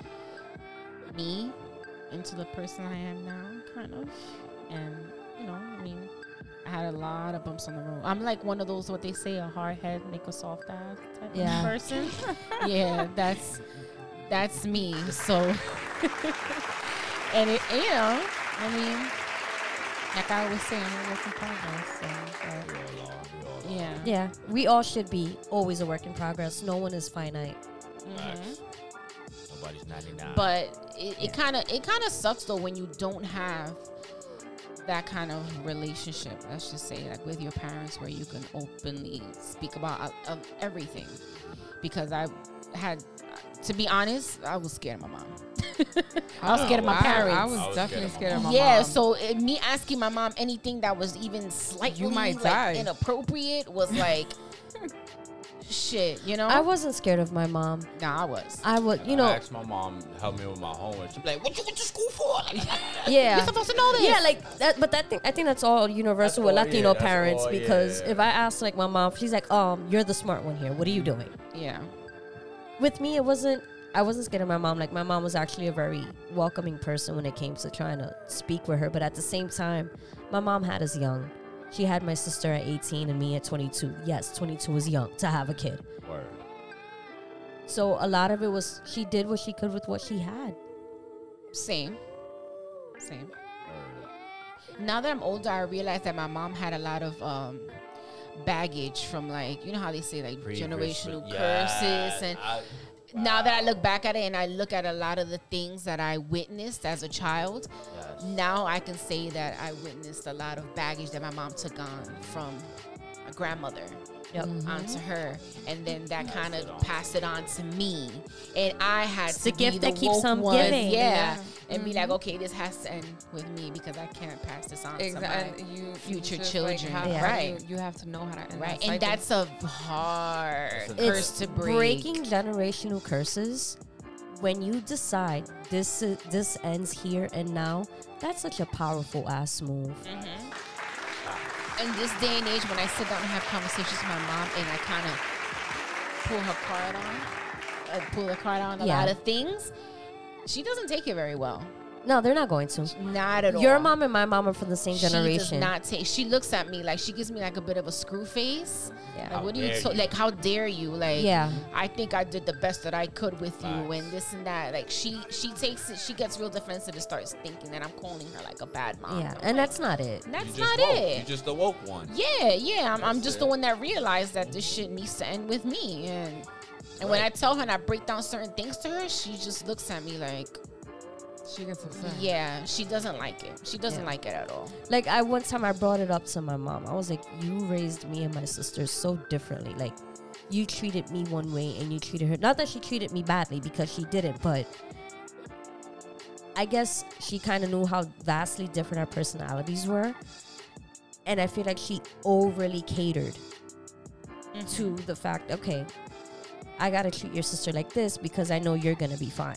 Speaker 2: me into the person I am now, kind of. And you know, I mean, I had a lot of bumps on the road. I'm like one of those what they say a hard head make a soft ass type
Speaker 1: Yeah.
Speaker 2: of person. yeah, that's that's me. So, and it, you know, I mean, like I always say, I'm a work in progress. So, but, yeah,
Speaker 1: Yeah, we all should be always a work in progress. No one is finite.
Speaker 2: Mhm.
Speaker 3: Nobody's 99.
Speaker 2: but it, it kind of it kind of sucks though when you don't have that kind of relationship let's just say like with your parents where you can openly speak about uh, of everything because i had to be honest i was scared of my mom i was scared of my
Speaker 3: wow.
Speaker 2: parents
Speaker 4: Oh, I was
Speaker 3: I was
Speaker 4: definitely scared of my
Speaker 2: yeah,
Speaker 4: mom.
Speaker 2: so it, me asking my mom anything that was even slightly
Speaker 4: might
Speaker 2: like,
Speaker 4: die.
Speaker 2: inappropriate was like shit, you know?
Speaker 1: I wasn't scared of my mom.
Speaker 2: nah, I was.
Speaker 1: I would, you
Speaker 3: I
Speaker 1: know,
Speaker 3: asked my mom to help me with my homework. She'd be like, "What you went to school for?" Like,
Speaker 1: yeah.
Speaker 2: You're supposed to know this.
Speaker 1: Yeah, like that, but that thing, I think that's all universal
Speaker 3: That's
Speaker 1: with
Speaker 3: all, yeah,
Speaker 1: Latino
Speaker 3: that's
Speaker 1: parents
Speaker 3: all,
Speaker 1: because
Speaker 3: yeah.
Speaker 1: if I ask like my mom, she's like, "Um, you're the smart one here. What are you doing?"
Speaker 2: yeah.
Speaker 1: With me, it wasn't. I wasn't scared of my mom. Like my mom was actually a very welcoming person when it came to trying to speak with her. But at the same time, my mom had us young. She had my sister at 18 and me at 22. Yes, 22 was young to have a kid.
Speaker 3: Word.
Speaker 1: So a lot of it was she did what she could with what she had.
Speaker 2: Same. Same. Now that I'm older, I realize that my mom had a lot of um, baggage from like you know how they say like generational curses, and
Speaker 3: I,
Speaker 2: now that I look back at it and I look at a lot of the things that I witnessed as a child,
Speaker 3: yes.
Speaker 2: now I can say that I witnessed a lot of baggage that my mom took on from my grandmother
Speaker 1: Yep.
Speaker 2: onto her, and then that kind of passed it on to me, and I had
Speaker 1: It's
Speaker 2: to
Speaker 1: the gift
Speaker 2: be
Speaker 1: that
Speaker 2: the
Speaker 1: keeps
Speaker 2: woke
Speaker 1: on
Speaker 2: one,
Speaker 1: giving. Mm-hmm.
Speaker 2: yeah, and be like, okay, this has to end with me because I can't pass this on to my
Speaker 4: exactly. You you
Speaker 2: future
Speaker 4: just, like,
Speaker 2: children.
Speaker 4: have-
Speaker 1: Yeah.
Speaker 4: how do
Speaker 2: Right.
Speaker 4: You, you have to know how to end
Speaker 2: Right,
Speaker 4: that
Speaker 2: and
Speaker 4: cycle.
Speaker 2: that's a hard
Speaker 3: It's
Speaker 2: curse to break.
Speaker 1: Breaking generational curses when you decide this is, this ends here and now. That's such a powerful ass move.
Speaker 2: Mm-hmm. In this day and age, when I sit down and have conversations with my mom, and I kind of pull her card on, uh, pull the card on a
Speaker 1: Yeah.
Speaker 2: lot of things, she doesn't take it very well.
Speaker 1: No, they're not going to.
Speaker 2: Not at all.
Speaker 1: Your mom and my mom are from the same
Speaker 2: She
Speaker 1: generation.
Speaker 2: does not take. She looks at me like she gives me like a bit of a screw face.
Speaker 1: Yeah.
Speaker 2: Like, what do you,
Speaker 3: dare
Speaker 2: to-
Speaker 3: you.
Speaker 2: like? How dare you? Like,
Speaker 1: Yeah.
Speaker 2: I think I did the best that I could with you,
Speaker 3: Facts.
Speaker 2: and this and that. Like, she she takes it. She gets real defensive and starts thinking that I'm calling her like a bad mom.
Speaker 1: yeah,
Speaker 2: I'm
Speaker 1: and
Speaker 2: like,
Speaker 1: that's not it.
Speaker 3: You
Speaker 2: that's
Speaker 3: just
Speaker 2: not
Speaker 3: woke.
Speaker 2: it.
Speaker 3: You just the woke one.
Speaker 2: yeah, yeah. I'm, I'm
Speaker 3: That's
Speaker 2: just
Speaker 3: it.
Speaker 2: the one that realized that this shit needs to end with me, and and when I
Speaker 3: Right.
Speaker 2: tell her and I break down certain things to her, she just looks at me like,
Speaker 4: she gets upset.
Speaker 2: yeah, she doesn't like it. She doesn't
Speaker 1: Yeah.
Speaker 2: like it at all.
Speaker 1: Like I one time I brought it up to my mom. I was like, "You raised me and my sister so differently. Like you treated me one way and you treated her. Not that she treated me badly because she didn't, but I guess she kind of knew how vastly different our personalities were. And I feel like she overly catered to the fact, okay, I got to treat your sister like this because I know you're going to be fine.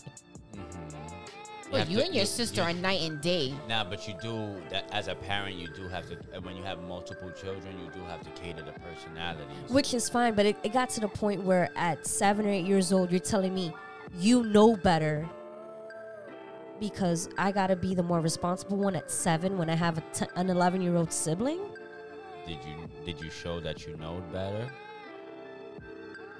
Speaker 2: Well,
Speaker 3: have
Speaker 2: you
Speaker 3: to-
Speaker 2: and your sister
Speaker 3: you-
Speaker 2: are night and day.
Speaker 3: Nah, but you do that as a parent. You do have to uh, when you have multiple children. You do have to cater to personalities.
Speaker 1: Which is fine, but it, it got to the point where at seven or eight years old, you're telling me you know better because I gotta be the more responsible one at seven when I have a t- an 11 year old sibling.
Speaker 3: Did you did you show that you know better?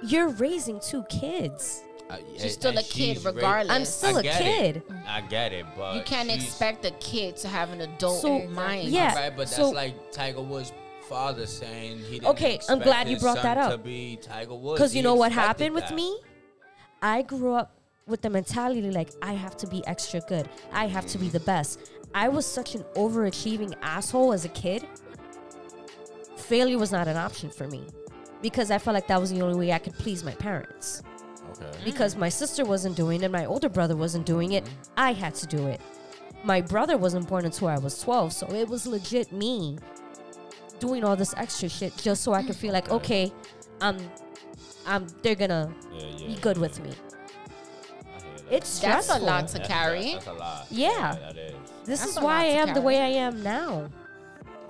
Speaker 1: You're raising two kids.
Speaker 3: I- Uh, and-
Speaker 2: She's still
Speaker 3: and
Speaker 2: a kid,
Speaker 3: she's ra-
Speaker 2: regardless.
Speaker 1: I'm still
Speaker 3: I
Speaker 1: a
Speaker 3: get it.
Speaker 1: kid.
Speaker 3: I get it, but
Speaker 2: you can't
Speaker 3: Uh, she's-
Speaker 2: expect a kid to have an adult
Speaker 1: So,
Speaker 2: mind.
Speaker 1: yeah.
Speaker 3: Right, but that's
Speaker 1: so-
Speaker 3: like Tiger Woods' father saying he didn't
Speaker 1: Okay, I'm
Speaker 3: expect
Speaker 1: glad you
Speaker 3: his
Speaker 1: brought that
Speaker 3: son
Speaker 1: up.
Speaker 3: to be Tiger Woods
Speaker 1: Because
Speaker 3: He
Speaker 1: you know what
Speaker 3: expected
Speaker 1: happened with
Speaker 3: that.
Speaker 1: me? I grew up with the mentality like, I have to be extra good. I have to be the best. I was such an overachieving asshole as a kid. Failure was not an option for me because I felt like that was the only way I could please my parents.
Speaker 3: Okay.
Speaker 1: Because my sister wasn't doing it, my older brother wasn't doing it, I had to do it. My brother wasn't born until I was 12, so it was legit me doing all this extra shit just so I could feel like, okay, I'm, I'm, they're gonna
Speaker 3: Yeah, yeah,
Speaker 1: be good with me.
Speaker 3: I hear that.
Speaker 1: It's
Speaker 2: That's
Speaker 1: stressful.
Speaker 2: a lot to
Speaker 3: That's-
Speaker 2: carry.
Speaker 3: That's, a lot.
Speaker 1: Yeah.
Speaker 3: that is.
Speaker 1: This
Speaker 2: That's
Speaker 1: is
Speaker 2: a
Speaker 1: why I
Speaker 2: lot to
Speaker 1: am the
Speaker 2: carry.
Speaker 1: way I am now.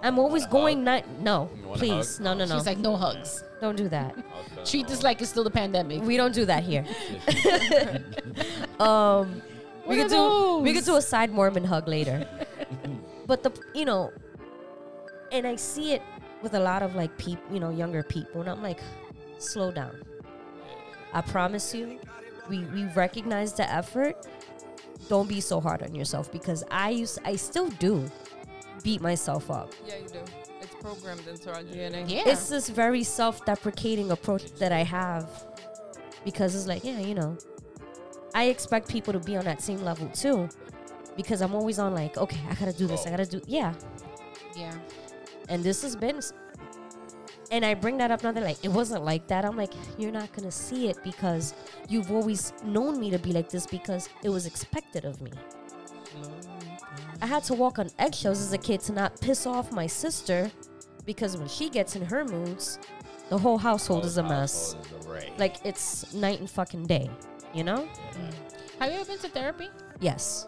Speaker 1: I'm always
Speaker 3: a
Speaker 1: going
Speaker 3: hug?
Speaker 1: not. No,
Speaker 3: You want a
Speaker 1: please,
Speaker 3: hug?
Speaker 1: no, no,
Speaker 2: She's
Speaker 1: no.
Speaker 2: like, no hugs.
Speaker 1: Don't do that.
Speaker 3: I was gonna-
Speaker 2: Treat this like it's still the pandemic.
Speaker 1: We don't do that here. um, we
Speaker 2: What
Speaker 1: could do
Speaker 2: are
Speaker 1: we could
Speaker 2: those?
Speaker 1: do a side Mormon hug later. but the you know, and I see it with a lot of like people, you know, younger people, and I'm like, slow down. I promise you, we we recognize the effort. Don't be so hard on yourself because I used I still do beat myself up.
Speaker 4: Yeah, you do. It's programmed into our DNA.
Speaker 2: yeah.
Speaker 1: It's this very self-deprecating approach that I have because it's like, yeah, you know, I expect people to be on that same level too because I'm always on like, okay, I gotta do this, I
Speaker 3: Oh.
Speaker 1: gotta do, yeah.
Speaker 2: yeah.
Speaker 1: And this has been, s- and I bring that up now. They're like, it wasn't like that. I'm like, you're not gonna see it because you've always known me to be like this because it was expected of me. I had to walk on eggshells as a kid to not piss off my sister because when she gets in her moods, the whole household is a mess.
Speaker 3: Household is a wreck.
Speaker 1: Like it's night and fucking day, you know?
Speaker 2: Have you ever been to therapy?
Speaker 1: Yes.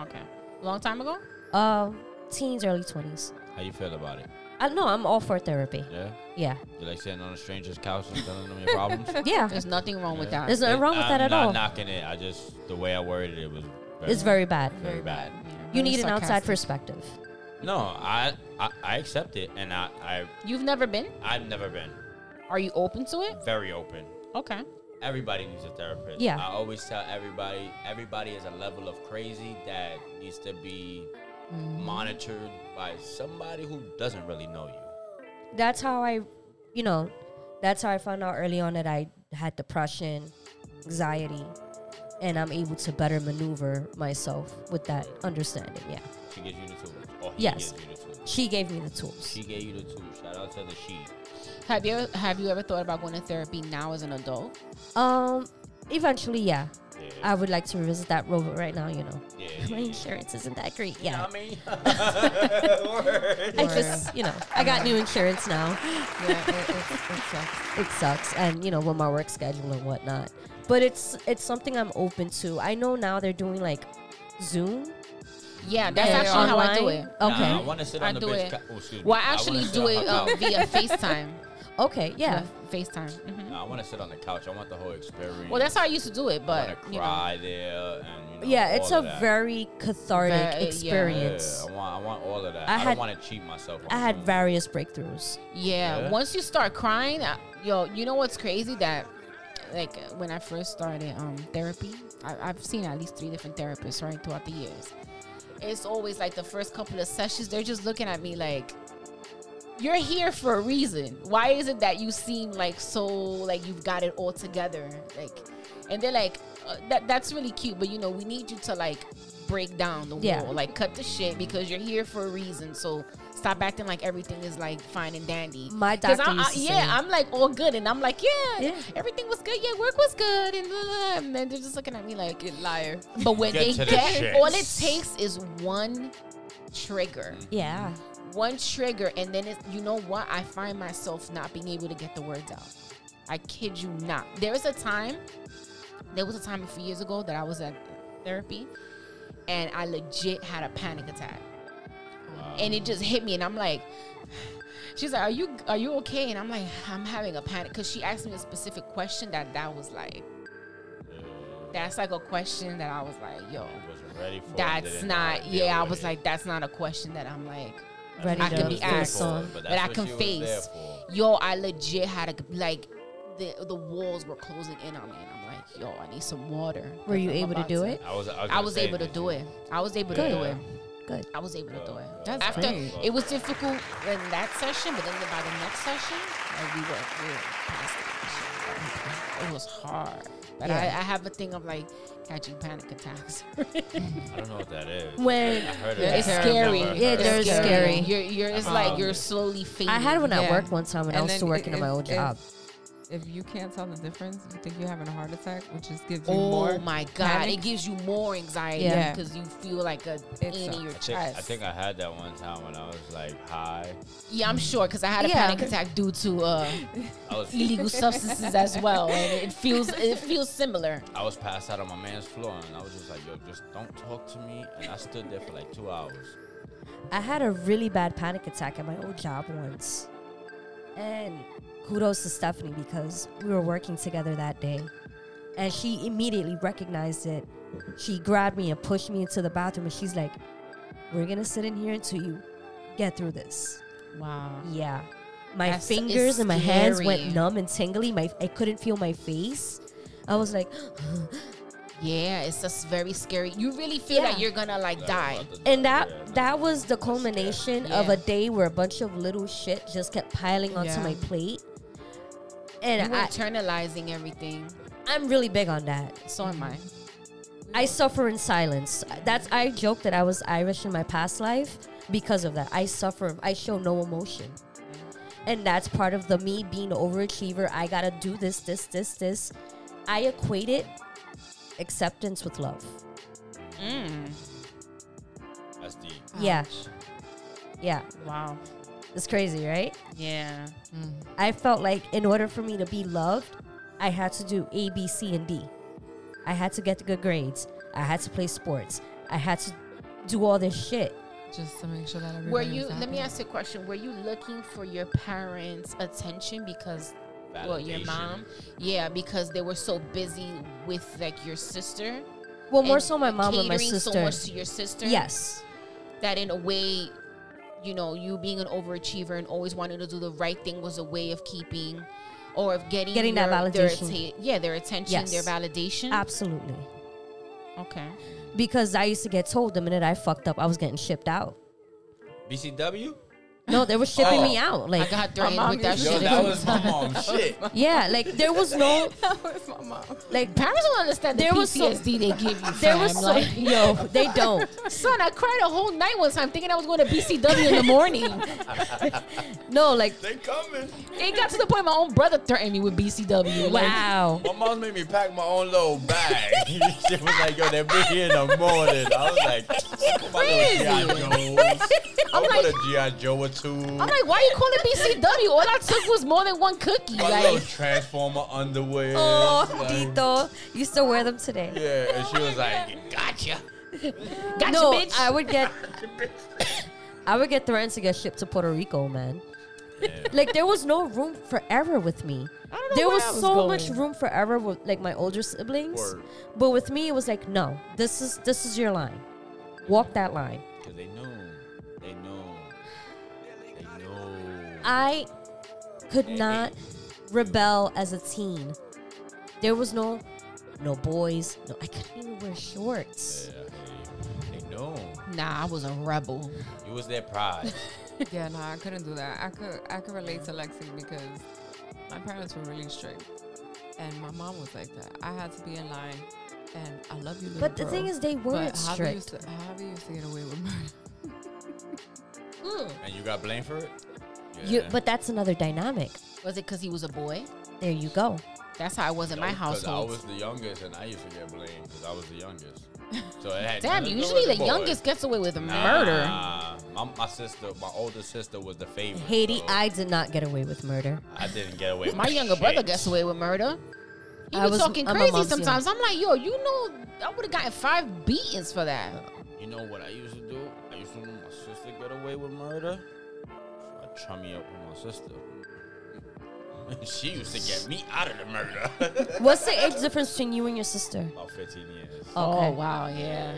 Speaker 2: Okay. Long time ago?
Speaker 1: Uh, teens, early 20s.
Speaker 3: How you feel about it?
Speaker 1: I no, I'm all for therapy.
Speaker 3: Yeah.
Speaker 1: Yeah.
Speaker 3: You like sitting on a stranger's couch and telling them your problems?
Speaker 1: Yeah.
Speaker 2: There's nothing wrong with that.
Speaker 1: There's nothing wrong with
Speaker 3: I'm
Speaker 1: that at
Speaker 3: not
Speaker 1: all.
Speaker 3: knocking it. I just the way I worded it was very,
Speaker 1: It's very bad.
Speaker 3: very bad.
Speaker 2: Yeah,
Speaker 1: You
Speaker 2: very
Speaker 1: need an outside
Speaker 2: sarcastic.
Speaker 1: perspective.
Speaker 3: No, I, I I accept it, and I I
Speaker 2: You've never been?
Speaker 3: I've never been
Speaker 2: Are you open to it?
Speaker 3: very open.
Speaker 2: Okay.
Speaker 3: Everybody needs a therapist.
Speaker 1: Yeah.
Speaker 3: I always tell everybody everybody is a level of crazy that needs to be
Speaker 2: Mm-hmm.
Speaker 3: monitored by somebody who doesn't really know you.
Speaker 1: That's how I, you know, that's how I found out early on that I had depression, anxiety, and I'm able to better maneuver myself with that understanding. Yeah.
Speaker 3: She gives you the tools. Or he
Speaker 1: Yes.
Speaker 3: gives you the tools.
Speaker 1: She gave me the tools.
Speaker 3: She gave you the tools. Shout out to the she.
Speaker 2: Have you ever, have you ever thought about going to therapy now as an adult?
Speaker 1: Um, eventually, yeah.
Speaker 3: Yeah.
Speaker 1: I would like to revisit that role, but right now, you know,
Speaker 3: Yeah.
Speaker 1: my insurance isn't that great.
Speaker 3: You know
Speaker 1: Yeah,
Speaker 3: what I mean? Word.
Speaker 1: I just, you know, I got new insurance now.
Speaker 4: Yeah, it, it, it sucks.
Speaker 1: It sucks, and you know, with my work schedule and whatnot. But it's it's something I'm open to. I know now they're doing like Zoom.
Speaker 2: Yeah, that's
Speaker 1: and
Speaker 2: actually how I do
Speaker 1: online.
Speaker 2: it.
Speaker 1: Okay,
Speaker 3: Nah, I want to sit
Speaker 2: I
Speaker 3: on the
Speaker 2: do
Speaker 3: bitch
Speaker 2: it.
Speaker 3: cou- oh, excuse me.
Speaker 2: Well, I
Speaker 3: I wanna
Speaker 2: actually
Speaker 3: sit
Speaker 2: do
Speaker 3: on
Speaker 2: it
Speaker 3: her
Speaker 2: um,
Speaker 3: couch.
Speaker 2: via FaceTime.
Speaker 1: okay, yeah.
Speaker 2: Via FaceTime. Mhm.
Speaker 3: I want to sit on the couch. I want the whole experience.
Speaker 2: Well, that's how I used to do it,
Speaker 3: I
Speaker 2: but
Speaker 3: want to
Speaker 2: you know,
Speaker 3: cry there. And, you know,
Speaker 1: Yeah, it's
Speaker 3: all
Speaker 1: a
Speaker 3: of that.
Speaker 1: very cathartic
Speaker 2: Very- yeah.
Speaker 1: experience.
Speaker 3: Yeah, I want, I want all of that.
Speaker 1: I
Speaker 3: I,
Speaker 1: had-
Speaker 3: don't want to cheat myself. on
Speaker 1: I had
Speaker 3: Zoom.
Speaker 1: various breakthroughs.
Speaker 2: yeah,
Speaker 3: Yeah.
Speaker 2: Once you start crying, I, yo, you know what's crazy that, like, when I first started um therapy, I, I've seen at least three different therapists right throughout the years. It's always like the first couple of sessions, they're just looking at me like. You're here for a reason. Why is it that you seem like so like you've got it all together? Like, and they're like, uh, that that's really cute, but you know, we need you to like break down the
Speaker 1: Yeah.
Speaker 2: wall, like cut the shit because you're here for a reason. So stop acting like everything is like fine and dandy.
Speaker 1: My
Speaker 2: 'Cause
Speaker 1: doctor
Speaker 2: I- I-
Speaker 1: used to say-
Speaker 2: yeah, I'm like all good, and I'm like, yeah,
Speaker 1: Yeah.
Speaker 2: everything was good. Yeah, work was good, and, blah, blah, blah. and then they're just looking at me like,
Speaker 4: You liar.
Speaker 2: but when
Speaker 3: Get
Speaker 2: they
Speaker 3: to the
Speaker 2: get,
Speaker 3: shit.
Speaker 2: all it takes is one trigger
Speaker 1: Yeah,
Speaker 2: one trigger and then it's you know what i find myself not being able to get the words out i kid you not there was a time there was a time a few years ago that i was at therapy and i legit had a panic attack and it just hit me and i'm like she's like are you are you okay and i'm like i'm having a panic because she asked me a specific question that that was like that's like a question that i was like yo
Speaker 3: I wasn't ready for it,
Speaker 2: that's
Speaker 3: didn't know how to
Speaker 2: not
Speaker 3: deal
Speaker 2: yeah i
Speaker 3: with
Speaker 2: was
Speaker 3: it.
Speaker 2: like that's not a question that i'm like
Speaker 1: ready
Speaker 2: I
Speaker 1: to
Speaker 2: can be
Speaker 1: face
Speaker 2: asked,
Speaker 1: on.
Speaker 3: but,
Speaker 2: that I can face. Yo, I legit had a like the the walls were closing in on me, and I'm like, yo, I need some water.
Speaker 1: Were you
Speaker 2: I'm
Speaker 1: able to
Speaker 2: about
Speaker 1: do it?
Speaker 3: I was, I was,
Speaker 2: I
Speaker 3: gonna
Speaker 2: was
Speaker 3: say
Speaker 2: able to
Speaker 3: this,
Speaker 2: do
Speaker 3: yeah.
Speaker 2: it. I was able to do
Speaker 1: Good.
Speaker 2: it.
Speaker 1: Good.
Speaker 2: I was able to do it.
Speaker 3: That's
Speaker 2: After
Speaker 1: great.
Speaker 2: it was difficult in that session, but then by the next session, like, we were, we were past it. It was hard. But I, I
Speaker 1: Yeah.
Speaker 2: have a thing of like catching panic attacks.
Speaker 3: I don't know what that is.
Speaker 1: When-
Speaker 3: I heard of
Speaker 2: Yeah,
Speaker 3: that.
Speaker 2: it's
Speaker 3: I've
Speaker 2: scary.
Speaker 3: never
Speaker 1: Yeah,
Speaker 3: heard of
Speaker 1: there's-
Speaker 3: that.
Speaker 1: scary.
Speaker 2: You're, you're, it's like you're slowly fading.
Speaker 1: I had one at
Speaker 4: Yeah.
Speaker 1: work one time when I
Speaker 4: And
Speaker 1: was
Speaker 4: then
Speaker 1: still
Speaker 4: i-
Speaker 1: working at my
Speaker 4: if-
Speaker 1: old
Speaker 4: if-
Speaker 1: job.
Speaker 4: If you can't tell the difference, you think you're having a heart attack, which just gives you
Speaker 2: Oh
Speaker 4: more.
Speaker 2: my god!
Speaker 4: panic.
Speaker 2: It gives you more anxiety
Speaker 4: Yeah.
Speaker 2: because you feel like a pin
Speaker 4: sucks.
Speaker 2: in your
Speaker 3: I think, I
Speaker 2: chest.
Speaker 3: think I had that one time when I was like high.
Speaker 2: yeah, I'm sure because I had a
Speaker 1: Yeah.
Speaker 2: panic attack due to uh,
Speaker 3: I was
Speaker 2: illegal substances as well, and it feels it feels similar.
Speaker 3: I was passed out on my man's floor, and I was just like, "Yo, just don't talk to me." And I stood there for like two hours.
Speaker 1: I had a really bad panic attack at my old job once. And kudos to Stephanie because we were working together that day. And she immediately recognized it. She grabbed me and pushed me into the bathroom and she's like, We're gonna sit in here until you get through this.
Speaker 2: Wow.
Speaker 1: Yeah. My
Speaker 2: That's- it's
Speaker 1: fingers and my hands
Speaker 2: scary.
Speaker 1: went numb and tingly. My I couldn't feel my face. I was like,
Speaker 2: Yeah, it's just very scary. You really feel
Speaker 1: Yeah.
Speaker 2: that you're gonna like die.
Speaker 1: and that
Speaker 3: Yeah, no,
Speaker 1: that was the culmination of
Speaker 2: Yeah.
Speaker 1: a day where a bunch of little shit just kept piling onto
Speaker 4: Yeah.
Speaker 1: my plate
Speaker 2: You're
Speaker 1: and I,
Speaker 2: internalizing everything.
Speaker 1: i'm really big on that
Speaker 2: So am I.
Speaker 1: i suffer in silence that's i joke that i was irish in my past life because of that i suffer i show no emotion and that's part of the me being an overachiever i gotta do this this this this i equate it acceptance with love
Speaker 3: that's deep.
Speaker 1: yeah yeah
Speaker 2: Wow.
Speaker 1: it's crazy right
Speaker 2: Yeah.
Speaker 1: I felt like in order for me to be loved, I had to do A, B, C, and D. I had to get the good grades. I had to play sports. I had to do all this shit.
Speaker 4: Just to make sure that everybody
Speaker 2: Were
Speaker 1: Mm-hmm.
Speaker 2: you?
Speaker 4: was
Speaker 2: Let me
Speaker 4: happy.
Speaker 2: ask you a question. Were you looking for your parents' attention because, well, your
Speaker 3: Validation.
Speaker 2: mom? Yeah, because they were so busy with like your sister.
Speaker 1: Well, more
Speaker 2: and
Speaker 1: so my mom and my
Speaker 2: catering
Speaker 1: sister.
Speaker 2: So much to your sister.
Speaker 1: yes.
Speaker 2: That in a way, you know, you being an overachiever and always wanting to do the right thing was a way of keeping, or of getting
Speaker 1: Getting that
Speaker 2: your- their
Speaker 1: validation.
Speaker 2: atta- yeah, their attention,
Speaker 1: Yes.
Speaker 2: their validation.
Speaker 1: Mm-hmm. Absolutely.
Speaker 2: okay.
Speaker 1: Because I used to get told the minute I fucked up, I was getting shipped out.
Speaker 3: BCW.
Speaker 1: No, they were shipping
Speaker 3: Oh.
Speaker 1: me out.
Speaker 2: I
Speaker 1: Like,
Speaker 2: got threatened with that
Speaker 4: is-
Speaker 3: Yo,
Speaker 2: shit.
Speaker 3: that was my mom's shit.
Speaker 1: yeah, like there was no,
Speaker 4: That was my mom.
Speaker 1: like,
Speaker 2: Parents don't understand the
Speaker 1: There was so-
Speaker 2: PTSD they give you.
Speaker 1: there
Speaker 2: fam.
Speaker 1: was so,
Speaker 2: Like-
Speaker 1: yo, they don't.
Speaker 2: Son, I cried a whole night one time thinking I was going to BCW in the morning.
Speaker 1: No, like,
Speaker 3: They coming.
Speaker 2: it got to the point my own brother threatened me with BCW. Like,
Speaker 1: wow.
Speaker 3: My mom made me pack my own little bag. she was like, "Yo, they be here in the morning." I was like, "Crazy." I'm
Speaker 2: I'm
Speaker 3: like,
Speaker 2: like-
Speaker 3: a GI Joe or two.
Speaker 2: I'm like, why you calling BCW? All I took was more than one cookie.
Speaker 3: my
Speaker 2: Like,
Speaker 3: little transformer underwear.
Speaker 1: Oh,
Speaker 3: like-
Speaker 1: Dito, you still wear them today.
Speaker 3: Yeah, and she was like, "Gotcha."
Speaker 2: gotcha,
Speaker 1: no,
Speaker 2: bitch.
Speaker 1: I would get I would get threatened to get shipped to Puerto Rico, man. like there was no room for error with me.
Speaker 2: I don't know
Speaker 1: There
Speaker 2: where
Speaker 1: was,
Speaker 2: I was
Speaker 1: so
Speaker 2: going.
Speaker 1: much room for error with like my older siblings.
Speaker 3: Word.
Speaker 1: But with me it was like, no, this is this is your line. Walk that line.
Speaker 3: Cause they know, they know, they know.
Speaker 1: I could not rebel as a teen. There was no no boys. No, I couldn't even wear shorts.
Speaker 3: Yeah, hey, they know.
Speaker 2: nah, I was a rebel.
Speaker 3: It was their pride.
Speaker 4: Yeah, no, I couldn't do that. I could I could relate to Lexi because my parents were really strict, and my mom was like that. I had to be in line, and I love you, little
Speaker 1: But the
Speaker 4: girl,
Speaker 1: thing is, they weren't
Speaker 4: but Javi
Speaker 1: strict.
Speaker 4: used to Javi used to get away with murder.
Speaker 3: and you got blamed for it.
Speaker 1: You, but that's another dynamic.
Speaker 2: Was it because he was a boy?
Speaker 1: There you go.
Speaker 2: That's how I was in my
Speaker 3: Because I
Speaker 2: household.
Speaker 3: was the youngest, and I used to get blamed because I was the youngest. So it had
Speaker 2: Damn,
Speaker 3: nothing to do
Speaker 2: usually
Speaker 3: with
Speaker 2: the
Speaker 3: boy.
Speaker 2: youngest gets away with
Speaker 3: Nah,
Speaker 2: murder.
Speaker 3: My, my sister, my older sister, was the favorite.
Speaker 1: Haiti,
Speaker 3: so
Speaker 1: I did not get away with murder.
Speaker 3: I didn't get away.
Speaker 2: My
Speaker 3: with
Speaker 2: younger
Speaker 3: shit.
Speaker 2: brother gets away with murder. He
Speaker 1: I
Speaker 2: was
Speaker 1: was-
Speaker 2: talking
Speaker 1: I'm a
Speaker 2: crazy
Speaker 1: mom's
Speaker 2: sometimes. I'm like, yo, you know, I would have gotten five beatings for that.
Speaker 3: You know what I used to do? I used to let my sister get away with murder. So I chummy up with my sister. And she used to get me out of the murder.
Speaker 1: What's the age difference between you and your sister?
Speaker 3: About 15 years.
Speaker 2: Oh
Speaker 1: Okay.
Speaker 2: wow, yeah.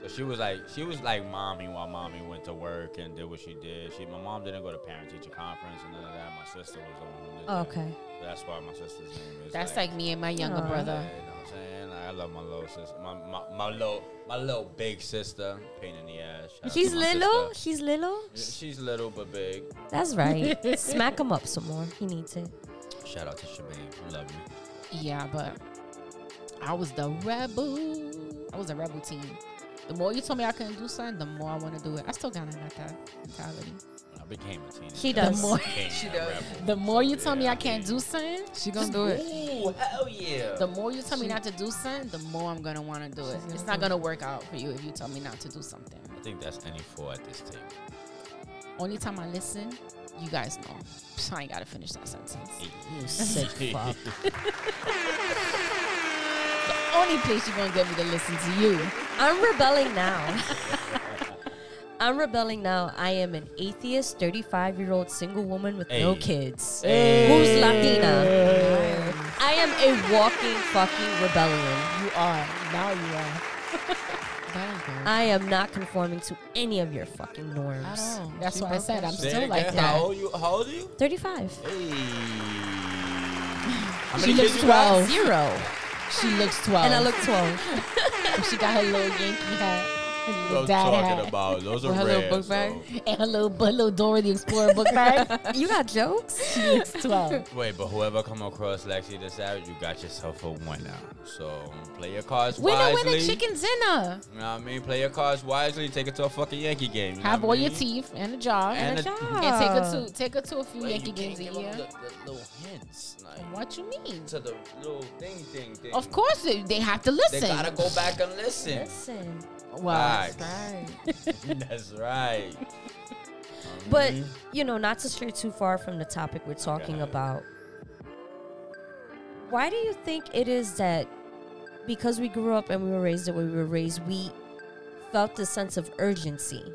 Speaker 3: So she was like, she was like mommy while mommy went to work and did what she did. She, my mom didn't go to parent teacher conference and none of that. My sister was the one who did that.
Speaker 1: Oh, Okay.
Speaker 3: So that's why my sister's name is.
Speaker 2: That's like me and my younger
Speaker 1: Aw.
Speaker 3: Yeah,
Speaker 2: brother.
Speaker 3: no, what I'm saying? Like, I love my little sister. My, my, my little my little big sister. Pain in the ass. Shout out to
Speaker 1: He's
Speaker 3: my
Speaker 1: little.
Speaker 3: sister.
Speaker 1: He's little.
Speaker 3: She's little but big.
Speaker 1: That's right. Smack him up some more. He needs it.
Speaker 3: Shout out to Shabane. We love you.
Speaker 2: Yeah, but I was the rebel. I was a rebel team. The more you told me I couldn't do something, the more I want to do it. I still kind of got that mentality.
Speaker 3: When I became a teenager.
Speaker 1: She
Speaker 3: I
Speaker 1: does.
Speaker 2: The more-
Speaker 3: became
Speaker 4: She
Speaker 3: a
Speaker 4: does.
Speaker 3: rebel.
Speaker 2: The more you tell me
Speaker 3: Yeah,
Speaker 2: I can't do something,
Speaker 4: She gonna do it.
Speaker 3: Ooh, hell yeah.
Speaker 2: the more you tell me not to do something, the more I'm gonna want to do it.
Speaker 4: gonna
Speaker 2: It's
Speaker 4: do
Speaker 2: not
Speaker 4: it.
Speaker 2: gonna work out for you if you tell me not to do something.
Speaker 3: I think that's any four at this table.
Speaker 2: Only time I listen, you guys know. So I ain't gotta finish that sentence.
Speaker 1: You sick fuck.
Speaker 2: Only place you gonna get me to listen to you.
Speaker 1: I'm rebelling now. I'm rebelling now. I am an atheist, 35 year old single woman with no
Speaker 3: Hey.
Speaker 1: kids. Who's Latina? I am a walking fucking rebellion.
Speaker 2: You are now. You are.
Speaker 1: I am not conforming to any of your fucking norms.
Speaker 2: That's why I said I'm
Speaker 3: Say
Speaker 2: still
Speaker 3: it
Speaker 2: like
Speaker 3: again.
Speaker 2: that.
Speaker 3: How old you? How old are you?
Speaker 1: 35.
Speaker 3: Hey. How
Speaker 2: She
Speaker 3: many
Speaker 2: looks
Speaker 3: kids you got?
Speaker 2: twelve. Zero. She looks twelve.
Speaker 1: And I look 12.
Speaker 2: She got her little Yankee hat, her little
Speaker 3: Those
Speaker 2: dad
Speaker 3: talking
Speaker 2: hat,
Speaker 3: about those are
Speaker 4: With her
Speaker 3: rare.
Speaker 4: little book bag?
Speaker 3: so-
Speaker 2: and her little but little Dora the Explorer book bag.
Speaker 1: you got jokes?
Speaker 2: she looks twelve.
Speaker 3: Wait, but whoever come across Lexi the Savage, you got yourself a winner. So play your cards
Speaker 2: Winner,
Speaker 3: wisely.
Speaker 2: winner, chicken dinner.
Speaker 3: You know what I mean? Play your cards wisely. Take it to a fucking Yankee game. You know
Speaker 2: Have
Speaker 3: what
Speaker 2: all
Speaker 3: I
Speaker 2: your
Speaker 3: mean?
Speaker 2: teeth and a jar, and,
Speaker 3: And a-
Speaker 2: take
Speaker 4: Ah.
Speaker 2: her to take her to a few
Speaker 3: Wait,
Speaker 2: Yankee
Speaker 3: you can't
Speaker 2: games a
Speaker 3: give 'em
Speaker 2: year.
Speaker 3: The, the little hints, like,
Speaker 2: What you mean?
Speaker 3: to the little thing, thing, thing.
Speaker 2: Of course they, they have to
Speaker 3: They
Speaker 2: listen.
Speaker 3: gotta go back and listen.
Speaker 1: Listen.
Speaker 2: Well,
Speaker 3: Facts.
Speaker 4: Right.
Speaker 3: That's right.
Speaker 1: But,
Speaker 3: Mm-hmm.
Speaker 1: you know, not to stray too far from the topic we're talking
Speaker 3: ahead.
Speaker 1: about. Why do you think it is that because we grew up and we were raised the way we were raised, we felt this sense of urgency?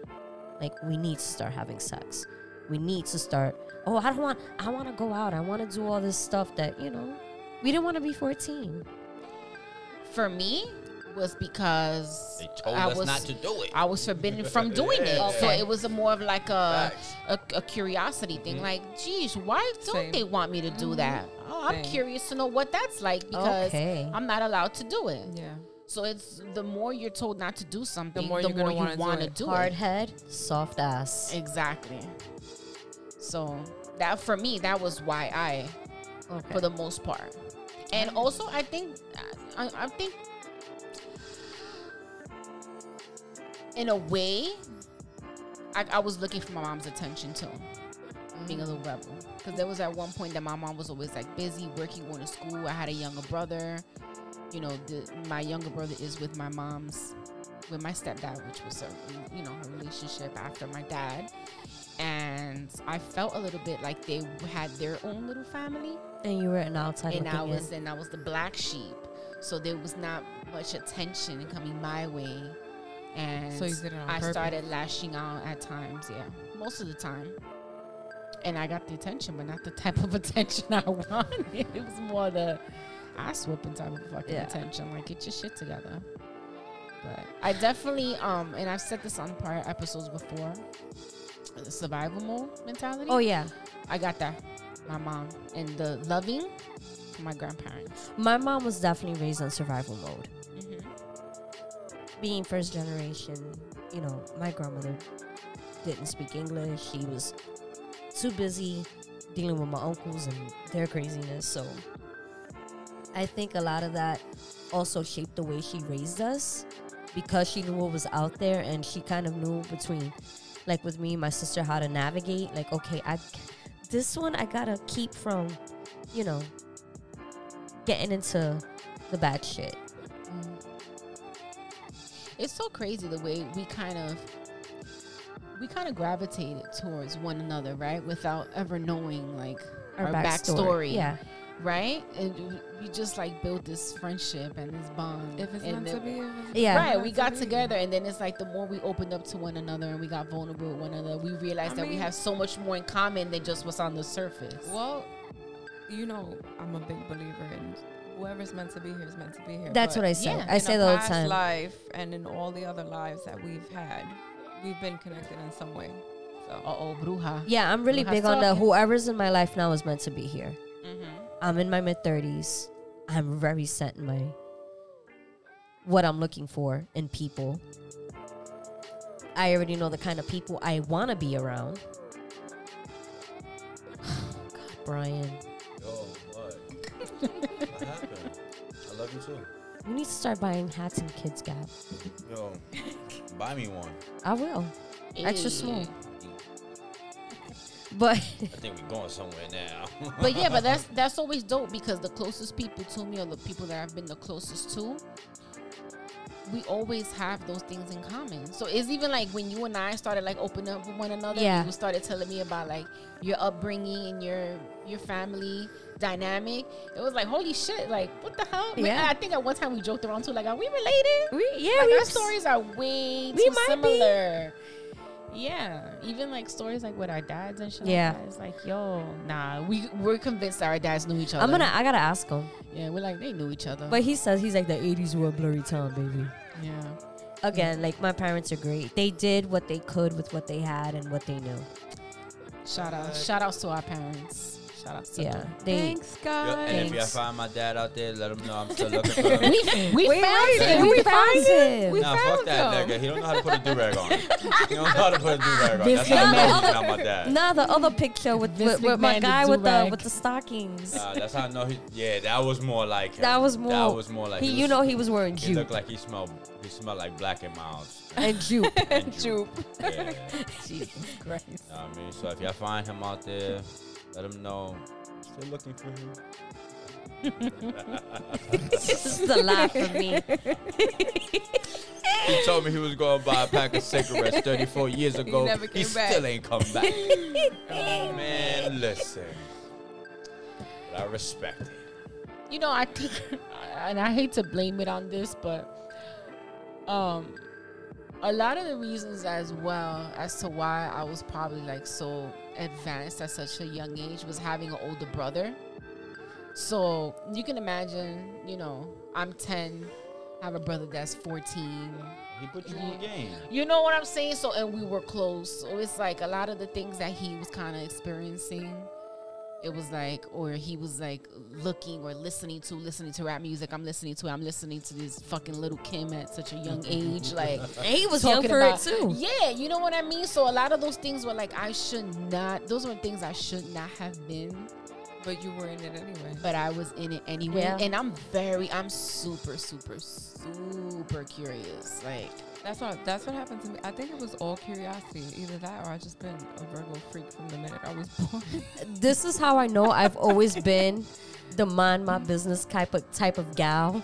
Speaker 1: Like, we need to start having sex. We need to start. Oh, I don't want, I want to go out. I want to do all this stuff that, you know, we didn't want to be 14.
Speaker 2: for me was because
Speaker 3: They told us not to do it.
Speaker 2: I was forbidden from doing it,
Speaker 3: Yeah.
Speaker 2: so it was a more of like a
Speaker 3: Facts. Mm-hmm.
Speaker 2: a, a curiosity thing. Like, geez, why don't
Speaker 4: Same. Mm-hmm.
Speaker 2: they want me to do that? Oh, I'm
Speaker 4: Same.
Speaker 2: curious to know what that's like because
Speaker 1: Okay.
Speaker 2: I'm not allowed to do it.
Speaker 4: Yeah.
Speaker 2: So it's the more you're told not to do something, the more,
Speaker 4: more you're gonna wanna
Speaker 2: you
Speaker 4: do
Speaker 2: want to
Speaker 4: it.
Speaker 2: do,
Speaker 1: Hard
Speaker 2: it.
Speaker 1: head, soft ass.
Speaker 2: Exactly. So that for me, that was why I
Speaker 1: Okay.
Speaker 2: for the most part. And also, I think, I, I think, in a way, I, I was looking for my mom's attention too, being a little rebel. Because there was at one point that my mom was always like busy working, going to school. I had a younger brother. You know, the, my younger brother is with my mom's, with my stepdad, which was her, you know, her relationship after my dad. And I felt a little bit like they had their own little family
Speaker 1: and you were an outside
Speaker 2: and I
Speaker 1: looking
Speaker 2: was
Speaker 1: in.
Speaker 2: and I was the black sheep, so there was not much attention coming my way, and
Speaker 4: So you did it on
Speaker 2: I
Speaker 4: purpose.
Speaker 2: started lashing out at times. Yeah, most of the time, and I got the attention, but not the type of attention I wanted. It was more the ass whooping type of fucking
Speaker 1: Yeah.
Speaker 2: attention. Like get your shit together. But I definitely um, and I've said this on prior episodes before. The survival mode mentality.
Speaker 1: Oh, yeah.
Speaker 2: I got that. My mom and the loving from my grandparents.
Speaker 1: My mom was definitely raised on survival mode. Mm-hmm. Being first generation, you know, my grandmother didn't speak English. She was too busy dealing with my uncles and their craziness. So I think a lot of that also shaped the way she raised us because she knew what was out there and she kind of knew between, like with me and my sister, how to navigate. Like, okay, I this one I gotta keep from, you know, getting into the bad shit.
Speaker 2: It's so crazy the way we kind of we kind of gravitated towards one another, right? Without ever knowing like our, backstory.
Speaker 1: Yeah.
Speaker 2: Right? And we just like built this friendship and this bond.
Speaker 4: If it's
Speaker 2: and
Speaker 4: meant to
Speaker 2: then-
Speaker 4: be, if it's
Speaker 1: Yeah.
Speaker 2: Right,
Speaker 4: meant
Speaker 2: we
Speaker 4: to
Speaker 2: got
Speaker 4: be.
Speaker 2: together, and then it's like the more we opened up to one another and we got vulnerable with one another, we realized
Speaker 4: I
Speaker 2: that we
Speaker 4: mean-
Speaker 2: have so much more in common than just what's on the surface.
Speaker 4: Well, you know, I'm a big believer in whoever's meant to be here is meant to be here.
Speaker 1: That's
Speaker 4: but
Speaker 1: what I say.
Speaker 2: yeah,
Speaker 1: I
Speaker 4: in
Speaker 1: say
Speaker 4: a
Speaker 1: that all the
Speaker 4: past
Speaker 1: time.
Speaker 4: life and in all the other lives that we've had, we've been connected in some way. So
Speaker 2: Uh oh, Bruja.
Speaker 1: Yeah, I'm really
Speaker 2: Brujas
Speaker 1: big on the
Speaker 2: talking.
Speaker 1: whoever's in my life
Speaker 4: Mm-hmm.
Speaker 1: now is meant to be here. I'm in my mid 30s. I'm very set in my what I'm looking for in people. I already know the kind of people I want to be around. God, Brian,
Speaker 3: Oh, what? what happened? I love you too.
Speaker 1: you need to start buying hats in Kids Gap.
Speaker 3: Yo, buy me one.
Speaker 1: I will. Extra
Speaker 2: Ayy.
Speaker 1: small. But
Speaker 3: I think we're going somewhere now.
Speaker 2: But yeah, but that's that's always dope because the closest people to me or the people that I've been the closest to, we always have those things in common. So it's even like when you and I started like opening up with one another.
Speaker 1: Yeah.
Speaker 2: you started telling me about like your upbringing and your your family dynamic. It was like holy shit! Like what the hell? Man,
Speaker 1: Yeah.
Speaker 2: I think at one time we joked around too. Like are we related?
Speaker 1: we, yeah,
Speaker 2: Like
Speaker 1: we
Speaker 2: our stories are way
Speaker 1: we
Speaker 2: too
Speaker 1: might be.
Speaker 2: similar. Yeah, even like stories like with our dads and shit.
Speaker 1: Yeah.
Speaker 2: like that, it's like yo, nah, we we're convinced that our dads knew each other.
Speaker 1: I'm gonna. I gotta ask him.
Speaker 2: yeah, we're like they knew each other.
Speaker 1: But he says he's like the '80s were a blurry time, baby.
Speaker 2: yeah,
Speaker 1: Again, like my parents are great. They did what they could with what they had and what they knew.
Speaker 2: shout out, shout outs to our parents. Shout outs to
Speaker 1: Yeah,
Speaker 2: them.
Speaker 1: they.
Speaker 4: Thanks,
Speaker 3: Yo,
Speaker 4: guys.
Speaker 3: and if you
Speaker 1: Thanks.
Speaker 3: find my dad out there, let him know I'm still looking for
Speaker 2: We,
Speaker 3: him.
Speaker 2: we found
Speaker 1: Wait,
Speaker 2: him.
Speaker 1: we, found him.
Speaker 4: We
Speaker 3: nah,
Speaker 4: found
Speaker 3: fuck that
Speaker 4: him.
Speaker 3: nigga. He don't know how to put a do rag on. he don't know how to put a do rag on. That's
Speaker 1: Vince
Speaker 3: how I know
Speaker 1: McMahon.
Speaker 3: he's not my dad.
Speaker 1: Nah, the other picture with
Speaker 2: Vince
Speaker 1: with, with
Speaker 2: McMahon,
Speaker 1: my
Speaker 2: the
Speaker 1: guy with the
Speaker 2: do-rag.
Speaker 1: with the stockings.
Speaker 3: Nah, that's how I know he. Yeah, that was more like him.
Speaker 1: that was more.
Speaker 3: That was more like
Speaker 1: he,
Speaker 3: he
Speaker 1: you
Speaker 3: was-
Speaker 1: know he was wearing
Speaker 3: He
Speaker 1: jupe
Speaker 3: looked like he smelled. He smelled like black and miles.
Speaker 1: and jupe.
Speaker 3: And jupe. Yeah.
Speaker 2: Jesus Christ.
Speaker 3: Know what I mean, so if y'all find him out there, let him know. I'm Still looking for him.
Speaker 1: this is the laugh of me.
Speaker 3: He told me he was going to buy a pack of cigarettes 34 years ago.
Speaker 4: never
Speaker 3: he
Speaker 4: came back.
Speaker 3: still ain't come back. Oh, Man, listen. But I respect it.
Speaker 2: you know, I think, and I hate to blame it on this, but um, a lot of the reasons as well as to why I was probably like so advanced at such a young age was having an older brother. So you can imagine, you know, I'm 10, I have a brother that's 14,
Speaker 3: He put you in the game.
Speaker 2: you know what I'm saying? So, and we were close. So it's like a lot of the things that he was kind of experiencing, it was like, or he was like looking or listening to, listening to rap music. I'm listening to, I'm listening to this fucking little Kim at such a young age. Like,
Speaker 1: And he was young
Speaker 2: talking
Speaker 1: for
Speaker 2: about,
Speaker 1: it too.
Speaker 2: Yeah, you know what I mean? So, a lot of those things were like, I should not, those were things I should not have been
Speaker 4: But you were in it anyway.
Speaker 2: but I was in it anyway.
Speaker 1: Yeah.
Speaker 2: And I'm very, I'm super, super, super curious. Like,
Speaker 4: That's what that's what happened to me. I think it was all curiosity. Either that or I just been a Virgo freak from the minute I was born.
Speaker 1: This is how I know I've always been the mind my business type of type of gal.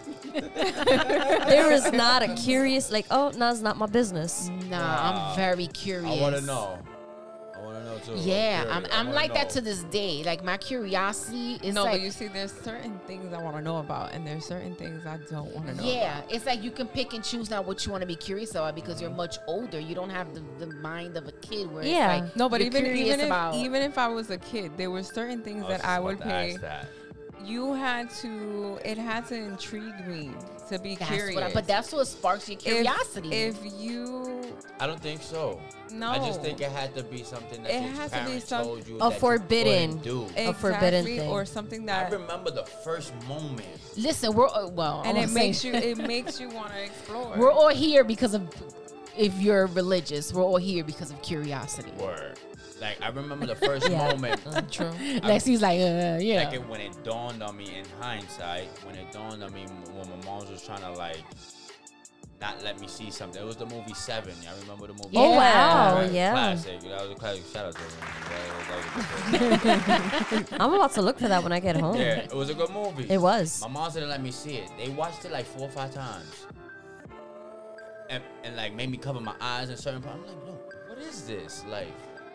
Speaker 1: there is not a curious like, oh, no, it's not my business.
Speaker 2: nah,
Speaker 3: Wow.
Speaker 2: I'm very curious.
Speaker 3: I want to know. I want to know too.
Speaker 2: Yeah, I'm,
Speaker 3: curious. I
Speaker 2: I'm
Speaker 3: wanna
Speaker 2: like that
Speaker 3: know.
Speaker 2: to this day. Like my curiosity is
Speaker 4: no,
Speaker 2: like
Speaker 4: but you see, there's certain things I want to know about, and there's certain things I don't want to know.
Speaker 2: yeah, it's like you can pick and choose now what you want to be curious about because you're much older. You don't have the, the mind of a kid where
Speaker 1: Yeah.
Speaker 2: it's like
Speaker 4: No, but
Speaker 2: you're
Speaker 4: even
Speaker 2: curious
Speaker 4: even if,
Speaker 2: about
Speaker 4: even if I was a kid, there were certain
Speaker 3: I
Speaker 4: things
Speaker 3: was
Speaker 4: that
Speaker 3: Oh, just
Speaker 4: I
Speaker 3: about
Speaker 4: would
Speaker 3: to ask
Speaker 4: pay.
Speaker 3: that.
Speaker 4: You had to. It had to intrigue me to be
Speaker 2: that's
Speaker 4: curious.
Speaker 2: what I, but that's what sparks your
Speaker 4: If-
Speaker 2: curiosity.
Speaker 4: If, you
Speaker 3: I don't think so.
Speaker 4: no,
Speaker 3: I just think it had to be something that
Speaker 4: It
Speaker 3: your
Speaker 4: has to be
Speaker 3: parents
Speaker 4: some-
Speaker 3: told you
Speaker 1: A
Speaker 3: that you
Speaker 1: forbidden-
Speaker 3: couldn't do.
Speaker 1: a forbidden
Speaker 4: Exactly,
Speaker 1: thing.
Speaker 4: or something
Speaker 3: I
Speaker 4: that
Speaker 3: remember the first moment.
Speaker 2: Listen, we're all, well, I
Speaker 4: and
Speaker 2: won't
Speaker 4: it
Speaker 2: say-
Speaker 4: makes you it makes you want to explore.
Speaker 2: We're all here because of if you're religious, we're all here because of curiosity.
Speaker 3: Word. Like I remember the first
Speaker 1: Yeah.
Speaker 3: moment.
Speaker 4: Mm, true.
Speaker 2: Lexi's like, uh, yeah.
Speaker 3: Like it, when it dawned on me in hindsight, when it dawned on me m- when my mom was trying to like not let me see something. It was the movie Seven. Y'all remember the movie?
Speaker 1: Oh
Speaker 2: Yeah.
Speaker 1: wow,
Speaker 3: Right,
Speaker 1: yeah.
Speaker 3: Classic. That was a classic. Shout out to them. That was- that was a good movie.
Speaker 1: I'm about to look for that when I get home.
Speaker 3: yeah, it was a good movie.
Speaker 1: Oh, It was.
Speaker 3: My mom didn't let me see it. They watched it like four or five times. And, and like made me cover my eyes and certain parts. I'm like, no, what is this? Like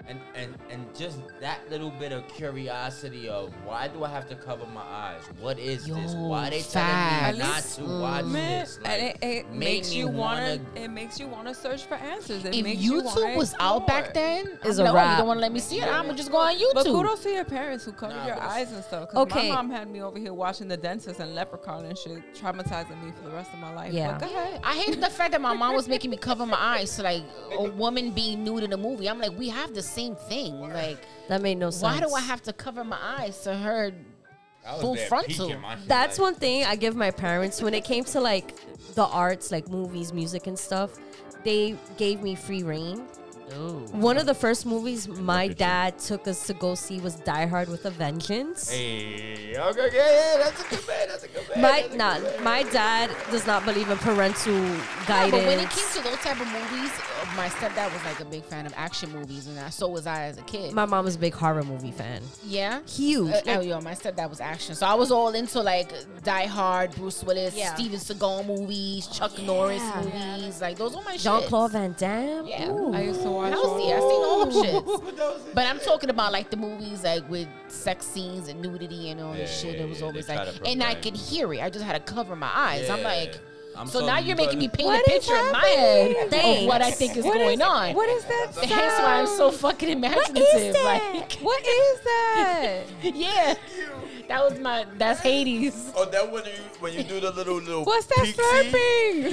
Speaker 3: and, and and just that little bit of curiosity of why do I have to cover my eyes? What is this?
Speaker 2: Yo,
Speaker 3: Why they
Speaker 2: facts.
Speaker 3: telling me not to watch
Speaker 4: Man,
Speaker 3: this?
Speaker 4: and
Speaker 3: Like,
Speaker 4: it, it
Speaker 3: made
Speaker 4: makes
Speaker 3: me
Speaker 4: you wanna,
Speaker 3: wanna-
Speaker 4: it makes you wanna search for answers. It
Speaker 2: if
Speaker 4: makes
Speaker 2: YouTube
Speaker 4: wanna
Speaker 2: was out back
Speaker 4: explore.
Speaker 2: then,
Speaker 1: It's
Speaker 2: I'm
Speaker 1: a
Speaker 2: like, oh, you
Speaker 1: wrap.
Speaker 2: don't want to let me see it. I'm just go on YouTube.
Speaker 4: But kudos to your parents who covered
Speaker 3: Nah,
Speaker 4: your
Speaker 3: but it's-
Speaker 4: eyes and stuff. Cause
Speaker 1: Okay.
Speaker 4: my mom had me over here watching The Dentist and Leprechaun and shit, traumatizing me for the rest of my life.
Speaker 1: Yeah.
Speaker 4: But go ahead.
Speaker 2: I hated the fact that my mom was making me cover my eyes to like a woman being nude in a movie. I'm like, we have the same thing. Like,
Speaker 1: That made no sense.
Speaker 2: why do I have to cover my eyes to her?
Speaker 3: I was
Speaker 2: full
Speaker 3: there
Speaker 2: frontal.
Speaker 3: peeking my shit,
Speaker 1: That's
Speaker 3: like,
Speaker 1: one thing I give my parents when it came to like the arts, like movies, music, and stuff, they gave me free reign.
Speaker 2: Oh.
Speaker 1: One of the first movies my
Speaker 3: at you.
Speaker 1: dad took us to go see was Die Hard with a Vengeance.
Speaker 3: Hey, okay, okay, yeah, that's a good man. That's a good
Speaker 1: My
Speaker 3: man. that's a good
Speaker 1: nah,
Speaker 3: man.
Speaker 1: my dad does not believe in parental
Speaker 2: Yeah,
Speaker 1: guidance.
Speaker 2: but when it came to those type of movies, uh, my stepdad was like a big fan of action movies, and I, so was I as a kid.
Speaker 1: my mom is a big horror movie fan.
Speaker 2: yeah.
Speaker 1: Huge.
Speaker 2: Uh, oh,
Speaker 1: Like,
Speaker 2: yo, my stepdad was action, so I was all into like Die Hard, Bruce Willis,
Speaker 1: Yeah.
Speaker 2: Steven Seagal movies, Chuck Norris
Speaker 1: yeah.
Speaker 2: movies. Like those were my
Speaker 1: Jean
Speaker 2: shits.
Speaker 1: Claude Van Damme.
Speaker 2: Yeah.
Speaker 1: Ooh.
Speaker 4: I used to watch. all-
Speaker 2: Halsey, I seen all them shits. But I'm talking about like the movies like with sex scenes and nudity and all
Speaker 3: Yeah,
Speaker 2: this shit.
Speaker 3: yeah,
Speaker 2: it was
Speaker 3: yeah,
Speaker 2: always
Speaker 3: they try
Speaker 2: like,
Speaker 3: to
Speaker 2: and I
Speaker 3: program
Speaker 2: could
Speaker 3: you.
Speaker 2: hear it. I just had to cover my eyes. I'm
Speaker 3: Yeah.
Speaker 2: like,
Speaker 3: I'm Oh,
Speaker 2: so now you're making me
Speaker 3: good.
Speaker 2: paint
Speaker 1: What
Speaker 2: a
Speaker 1: is
Speaker 2: picture in my
Speaker 1: happening?
Speaker 2: head of
Speaker 1: Thanks.
Speaker 2: what I think is
Speaker 4: What
Speaker 2: going on.
Speaker 4: What is that?
Speaker 2: That's why I'm so fucking
Speaker 1: What
Speaker 2: imaginative.
Speaker 1: is that?
Speaker 2: Like,
Speaker 4: What is that?
Speaker 2: yeah, that was my. That's Hades.
Speaker 3: Oh, that when you when you do the little little.
Speaker 4: What's that
Speaker 3: peek
Speaker 4: slurping?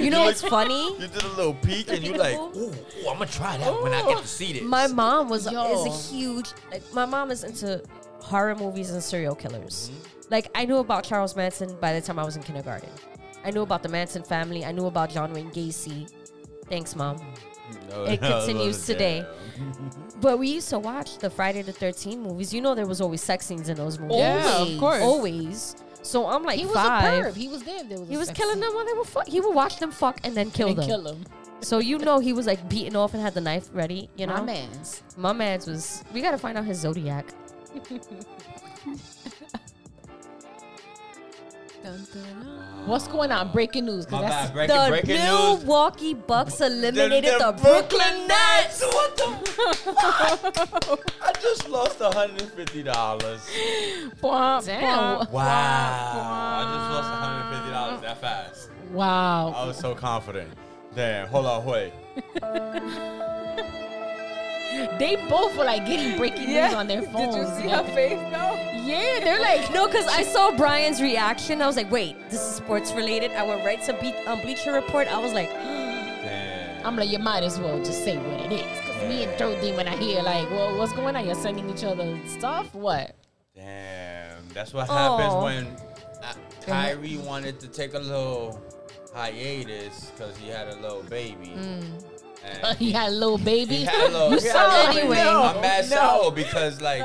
Speaker 1: you know
Speaker 3: You
Speaker 1: what's
Speaker 3: like-
Speaker 1: funny?
Speaker 3: See, you did a little peek and you like, ooh, ooh, I'm gonna try that when I get to see this.
Speaker 1: My mom was
Speaker 2: Yo.
Speaker 1: is a huge like my mom is into horror movies and serial killers.
Speaker 2: Mm-hmm.
Speaker 1: Like I knew about Charles Manson by the time I was in kindergarten. I knew about the Manson family. I knew about John Wayne Gacy. Thanks, mom.
Speaker 3: No,
Speaker 1: It
Speaker 3: I was
Speaker 1: continues
Speaker 3: like,
Speaker 1: today.
Speaker 3: damn.
Speaker 1: But we used to watch the Friday the 13th movies. You know there was always sex scenes in those movies.
Speaker 4: Yeah, of
Speaker 2: Always.
Speaker 4: course.
Speaker 1: Always. So I'm like
Speaker 2: He was
Speaker 1: five.
Speaker 2: a perv. He was there. if There was. a
Speaker 1: He was
Speaker 2: sex
Speaker 1: killing
Speaker 2: scene.
Speaker 1: them while they were fuck. He would watch them fuck and then kill
Speaker 2: And
Speaker 1: them.
Speaker 2: kill him.
Speaker 1: So you know he was like beaten off and had the knife ready. You know,
Speaker 2: My man's.
Speaker 1: My man's was. We gotta find out his zodiac.
Speaker 4: Dun, dun, dun.
Speaker 2: What's going on? Breaking news. 'cause
Speaker 3: My
Speaker 2: that's-
Speaker 3: bad. Breaking,
Speaker 1: the
Speaker 3: breaking news.
Speaker 1: Milwaukee Bucks eliminated the,
Speaker 3: the
Speaker 1: Brooklyn Nets.
Speaker 3: What the fuck? I just lost $150.
Speaker 2: Damn.
Speaker 3: Wow. I just lost $150 that fast.
Speaker 2: Wow.
Speaker 3: I was so confident. Damn, hold on, wait.
Speaker 2: They both were like getting breaking news on their
Speaker 4: Did
Speaker 2: phones.
Speaker 4: you see
Speaker 2: like-
Speaker 4: her face though?
Speaker 2: Yeah, they're like,
Speaker 1: No, because I saw Brian's reaction. I was like, wait, this is sports related. I went right to Be- um, Bleacher Report. I was like,
Speaker 3: Damn.
Speaker 2: I'm like, you might as well just say what it is. Because me and Dorothy, when I hear like, well, what's going on? You're sending each other stuff? What?
Speaker 3: Damn. That's what
Speaker 1: Oh.
Speaker 3: happens when uh, Kyrie wanted to take a little hiatus because he had a little baby.
Speaker 1: Mm.
Speaker 3: And
Speaker 2: he had a little baby.
Speaker 3: he had a little.
Speaker 2: you
Speaker 3: he had
Speaker 2: saw
Speaker 3: a little-
Speaker 2: anyway.
Speaker 3: I'm mad sour because, like,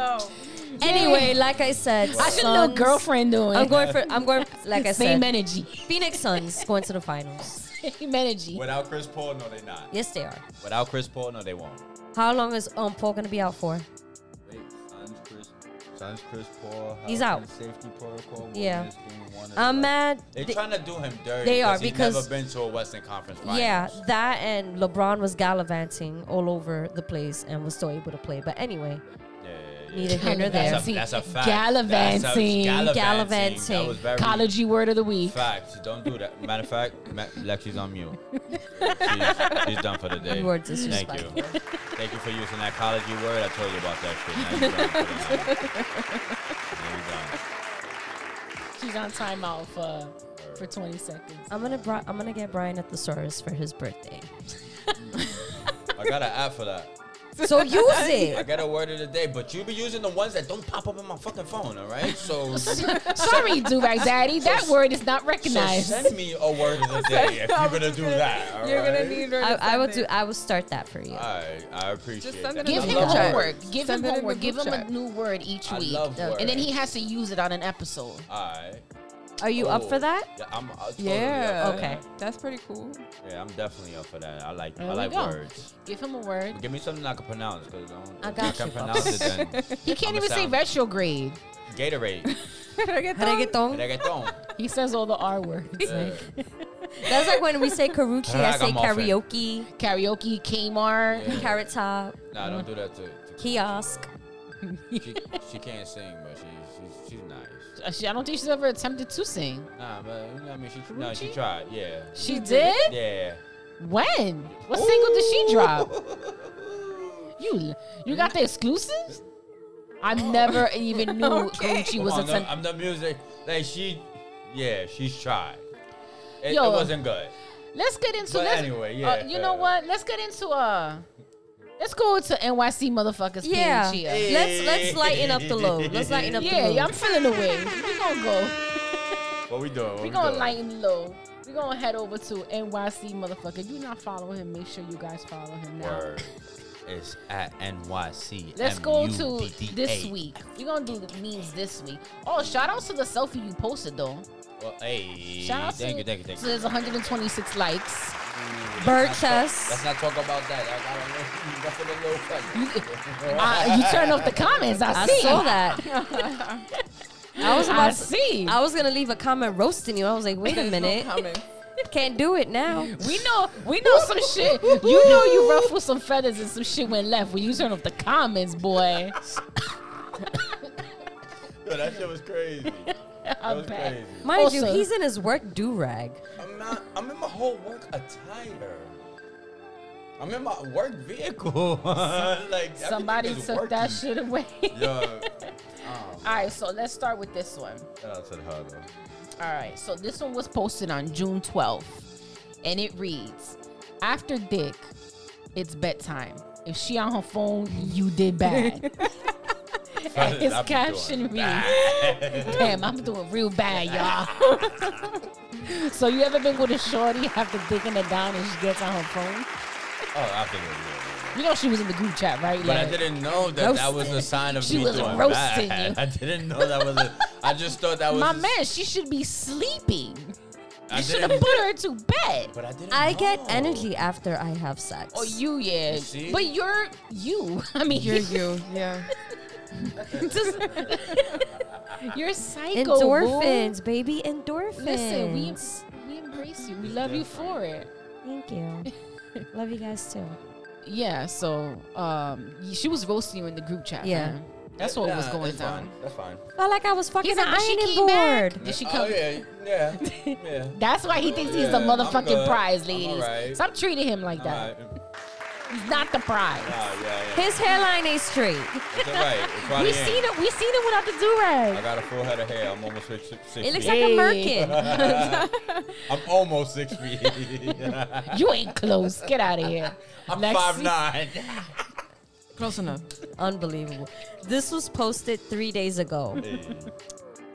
Speaker 1: anyway, like I said,
Speaker 2: How's your little
Speaker 1: Suns-
Speaker 2: girlfriend doing?
Speaker 1: I'm going for. I'm going. Like I
Speaker 2: Same
Speaker 1: said,
Speaker 2: energy.
Speaker 1: Phoenix Suns going to the finals.
Speaker 2: Same energy.
Speaker 3: without Chris Paul, no, they not.
Speaker 1: Yes, they are.
Speaker 3: Without Chris Paul, no, they won't.
Speaker 1: How long is um Paul gonna be out for?
Speaker 3: Wait, Suns Chris, Suns Chris Paul.
Speaker 1: He's
Speaker 3: health
Speaker 1: out.
Speaker 3: and Safety protocol. will
Speaker 1: Yeah.
Speaker 3: miss game one of the-
Speaker 1: I'm mad.
Speaker 3: They're
Speaker 1: th-
Speaker 3: trying to do him dirty.
Speaker 1: they are,
Speaker 3: he's
Speaker 1: because-
Speaker 3: never been to a Western Conference Finals.
Speaker 1: Yeah, that and LeBron was gallivanting all over the place and was still able to play. But anyway,
Speaker 3: Yeah, yeah, yeah.
Speaker 1: neither here nor there.
Speaker 3: That's a,
Speaker 2: Gallivanting.
Speaker 3: that's a fact.
Speaker 2: Gallivanting.
Speaker 3: That's a- gallivanting.
Speaker 1: Gallivanting.
Speaker 3: That was very
Speaker 2: College word of the week.
Speaker 3: Facts. Don't do that. Matter of fact, Ma- Lexi's on mute. She's, she's done for the day.
Speaker 1: you were
Speaker 3: Thank you.
Speaker 1: disrespectful.
Speaker 3: Thank you for using that ecology word. I told you about that shit. Now you're done. for the night. Now
Speaker 2: She's on timeout for for 20 seconds.
Speaker 1: I'm gonna bri- I'm gonna get Brian a thesaurus for his birthday.
Speaker 3: you're done. I got an app for that.
Speaker 1: So use
Speaker 3: I
Speaker 1: it.
Speaker 3: got a word of the day, but you be using the ones that don't pop up on my fucking phone, all right? So, so
Speaker 2: Sorry, Durag Daddy. That word is not recognized.
Speaker 3: send me a word of the day if you're gonna do that. all
Speaker 4: You're gonna
Speaker 3: right?
Speaker 4: need her.
Speaker 1: I,
Speaker 4: to
Speaker 1: I will
Speaker 4: send
Speaker 1: do.
Speaker 4: it.
Speaker 1: I will start that for you.
Speaker 3: All right, I appreciate
Speaker 4: Just send
Speaker 3: that.
Speaker 4: it in
Speaker 2: Give
Speaker 3: I
Speaker 4: the
Speaker 2: him
Speaker 3: love
Speaker 4: group chat.
Speaker 2: homework. Give
Speaker 4: Send it
Speaker 2: him
Speaker 4: in the
Speaker 2: homework. Give
Speaker 4: group
Speaker 2: him a
Speaker 4: chat.
Speaker 2: new word each
Speaker 3: I
Speaker 2: week.
Speaker 3: love
Speaker 2: And then
Speaker 3: words.
Speaker 2: he has to use it on an episode.
Speaker 3: All right.
Speaker 1: Are you up
Speaker 3: oh.
Speaker 1: for that?
Speaker 3: Yeah, I'm. i totally
Speaker 4: Yeah.
Speaker 3: Up for
Speaker 1: Okay.
Speaker 4: That's pretty cool.
Speaker 3: That. Yeah, I'm definitely up for that. I like.
Speaker 2: There
Speaker 3: I
Speaker 2: we
Speaker 3: like
Speaker 2: go.
Speaker 3: words.
Speaker 2: Give him a word.
Speaker 3: Give me something I can pronounce because I don't.
Speaker 1: I
Speaker 3: if
Speaker 1: got
Speaker 3: I can
Speaker 1: you,
Speaker 3: pronounce it. Then
Speaker 2: He can't
Speaker 3: I'ma
Speaker 2: even say
Speaker 3: sound-
Speaker 2: retrograde.
Speaker 3: Gatorade.
Speaker 1: Reggaeton.
Speaker 3: Reggaeton. Uh,
Speaker 2: He says all the R words.
Speaker 3: Yeah.
Speaker 1: That's like when we say karuchi, I say
Speaker 3: Ragamuffin.
Speaker 1: karaoke,
Speaker 2: Karaoke, Kmart.
Speaker 3: Yeah.
Speaker 1: carrot top,
Speaker 3: Nah, don't do that to. to
Speaker 1: kiosk.
Speaker 3: she, she can't sing, but she, she she's nice.
Speaker 2: Uh, she- I don't think she's ever attempted to sing.
Speaker 3: Nah, but you know, what I mean, she no, she
Speaker 2: Karuchi?
Speaker 3: tried. Yeah.
Speaker 2: She did?
Speaker 3: Yeah.
Speaker 2: When? What single did she drop? You you got the exclusives? I never even knew Gucci was
Speaker 3: Come on,
Speaker 2: attempting.
Speaker 3: I'm the music. Like she, yeah, she's tried. It, it
Speaker 2: Yo.
Speaker 3: wasn't good.
Speaker 2: Let's get into.
Speaker 3: But
Speaker 2: let's,
Speaker 3: anyway,
Speaker 2: uh,
Speaker 3: yeah,
Speaker 4: yeah.
Speaker 2: you know
Speaker 3: uh,
Speaker 2: what? Let's get into uh. Let's go to NYC motherfuckers
Speaker 1: Yeah.
Speaker 2: page here.
Speaker 1: E Let's let's lighten up the load. Let's lighten up
Speaker 2: Yeah,
Speaker 1: the load.
Speaker 2: yeah, I'm feeling the way. We gonna go.
Speaker 3: What we doing? What
Speaker 2: We gonna lighten the load. We We're gonna head over to NYC motherfucker. If you're not following him, make sure you guys follow him now.
Speaker 3: Word is at NYC.
Speaker 2: Let's go to this week. We're gonna do the memes this week. Oh, shout out to the selfie you posted though.
Speaker 3: Well, hey,
Speaker 2: Shout out
Speaker 3: thank
Speaker 2: to
Speaker 3: you, thank you, thank
Speaker 2: So
Speaker 3: you.
Speaker 2: there's 126 likes.
Speaker 1: Bird
Speaker 3: Let's
Speaker 1: chest.
Speaker 3: not talk about that. I got a little, that's a little funny.
Speaker 2: Uh, you turn off the comments. I,
Speaker 1: I
Speaker 2: see.
Speaker 1: saw that. I was
Speaker 2: I
Speaker 1: about to,
Speaker 2: see.
Speaker 1: I was gonna leave a comment roasting you. I was like, wait a minute, can't do it now.
Speaker 2: we know. We know some shit. You know you ruffled some feathers and some shit went left when you turn off the comments, boy.
Speaker 3: Yo, that shit was crazy. That was
Speaker 2: bet.
Speaker 3: crazy.
Speaker 1: Mind you,
Speaker 2: Also-
Speaker 1: he's in his work do rag.
Speaker 3: I'm not. I'm in my whole work attire. I'm in my work vehicle. like
Speaker 2: Somebody
Speaker 3: everything is
Speaker 2: took that
Speaker 3: working.
Speaker 2: shit away.
Speaker 3: Yo,
Speaker 2: All right, so let's start with this one.
Speaker 3: shout out to the hustle.
Speaker 2: All right, so this one was posted on June 12th, and it reads After Dick, it's bedtime. If she on her phone, you did bad. And his
Speaker 3: I be doing Oh,
Speaker 2: caption reads Damn, I'm doing real bad, y'all. so, you ever been with a shorty after dicking her down and she gets on her phone?
Speaker 3: Oh, I think it was. good.
Speaker 2: You know she was in the group chat, right?
Speaker 3: But I
Speaker 2: Like,
Speaker 3: didn't know that that was a
Speaker 2: Roasted.
Speaker 3: sign of
Speaker 2: She
Speaker 3: me
Speaker 2: was
Speaker 3: doing
Speaker 2: roasting
Speaker 3: bad.
Speaker 2: you.
Speaker 3: I didn't know that was. A, I just thought that was.
Speaker 2: My
Speaker 3: a-
Speaker 2: man, she should be sleeping.
Speaker 3: I
Speaker 2: You should have
Speaker 3: didn't-
Speaker 2: put her to bed.
Speaker 3: But I didn't.
Speaker 1: I
Speaker 3: know.
Speaker 1: get energy after I have sex.
Speaker 2: Oh, you, yeah.
Speaker 3: see?
Speaker 2: But you're you. I mean,
Speaker 4: You're you, yeah.
Speaker 2: Just- you're psycho. boo.
Speaker 1: endorphins, baby, endorphins.
Speaker 2: Listen, we, we embrace you. We love you for it.
Speaker 1: Thank you. Love you guys too.
Speaker 2: Yeah. So, um, y- she was roasting you in the group chat.
Speaker 1: Yeah.
Speaker 2: fam. That's what
Speaker 3: Nah,
Speaker 2: was going
Speaker 3: it's
Speaker 2: down.
Speaker 3: fine. That's fine.
Speaker 1: Felt like I was fucking
Speaker 2: He's
Speaker 1: an
Speaker 2: like, but she
Speaker 1: ironing
Speaker 2: came back.
Speaker 1: board.
Speaker 2: Did she
Speaker 3: Oh
Speaker 2: come?
Speaker 3: yeah, yeah, yeah.
Speaker 2: That's why he thinks he's the
Speaker 3: Yeah, I'm
Speaker 2: motherfucking
Speaker 3: good.
Speaker 2: prize,
Speaker 3: I'm
Speaker 2: ladies.
Speaker 3: alright.
Speaker 2: Stop treating him like
Speaker 3: All
Speaker 2: that.
Speaker 3: right.
Speaker 2: He's not the prize.
Speaker 3: Nah, yeah, yeah.
Speaker 1: His hairline ain't straight.
Speaker 3: It's all right. It's probably
Speaker 2: We
Speaker 3: ain't.
Speaker 2: seen it. We seen it without the do
Speaker 3: I got a full head of hair. I'm almost six, six
Speaker 1: It looks
Speaker 3: feet.
Speaker 1: like a
Speaker 2: Hey.
Speaker 1: merkin.
Speaker 3: I'm almost six feet.
Speaker 2: You ain't close. Get out of here.
Speaker 3: I'm
Speaker 2: Lexi.
Speaker 3: five nine.
Speaker 4: Close enough.
Speaker 1: Unbelievable. This was posted three days ago.
Speaker 3: Hey,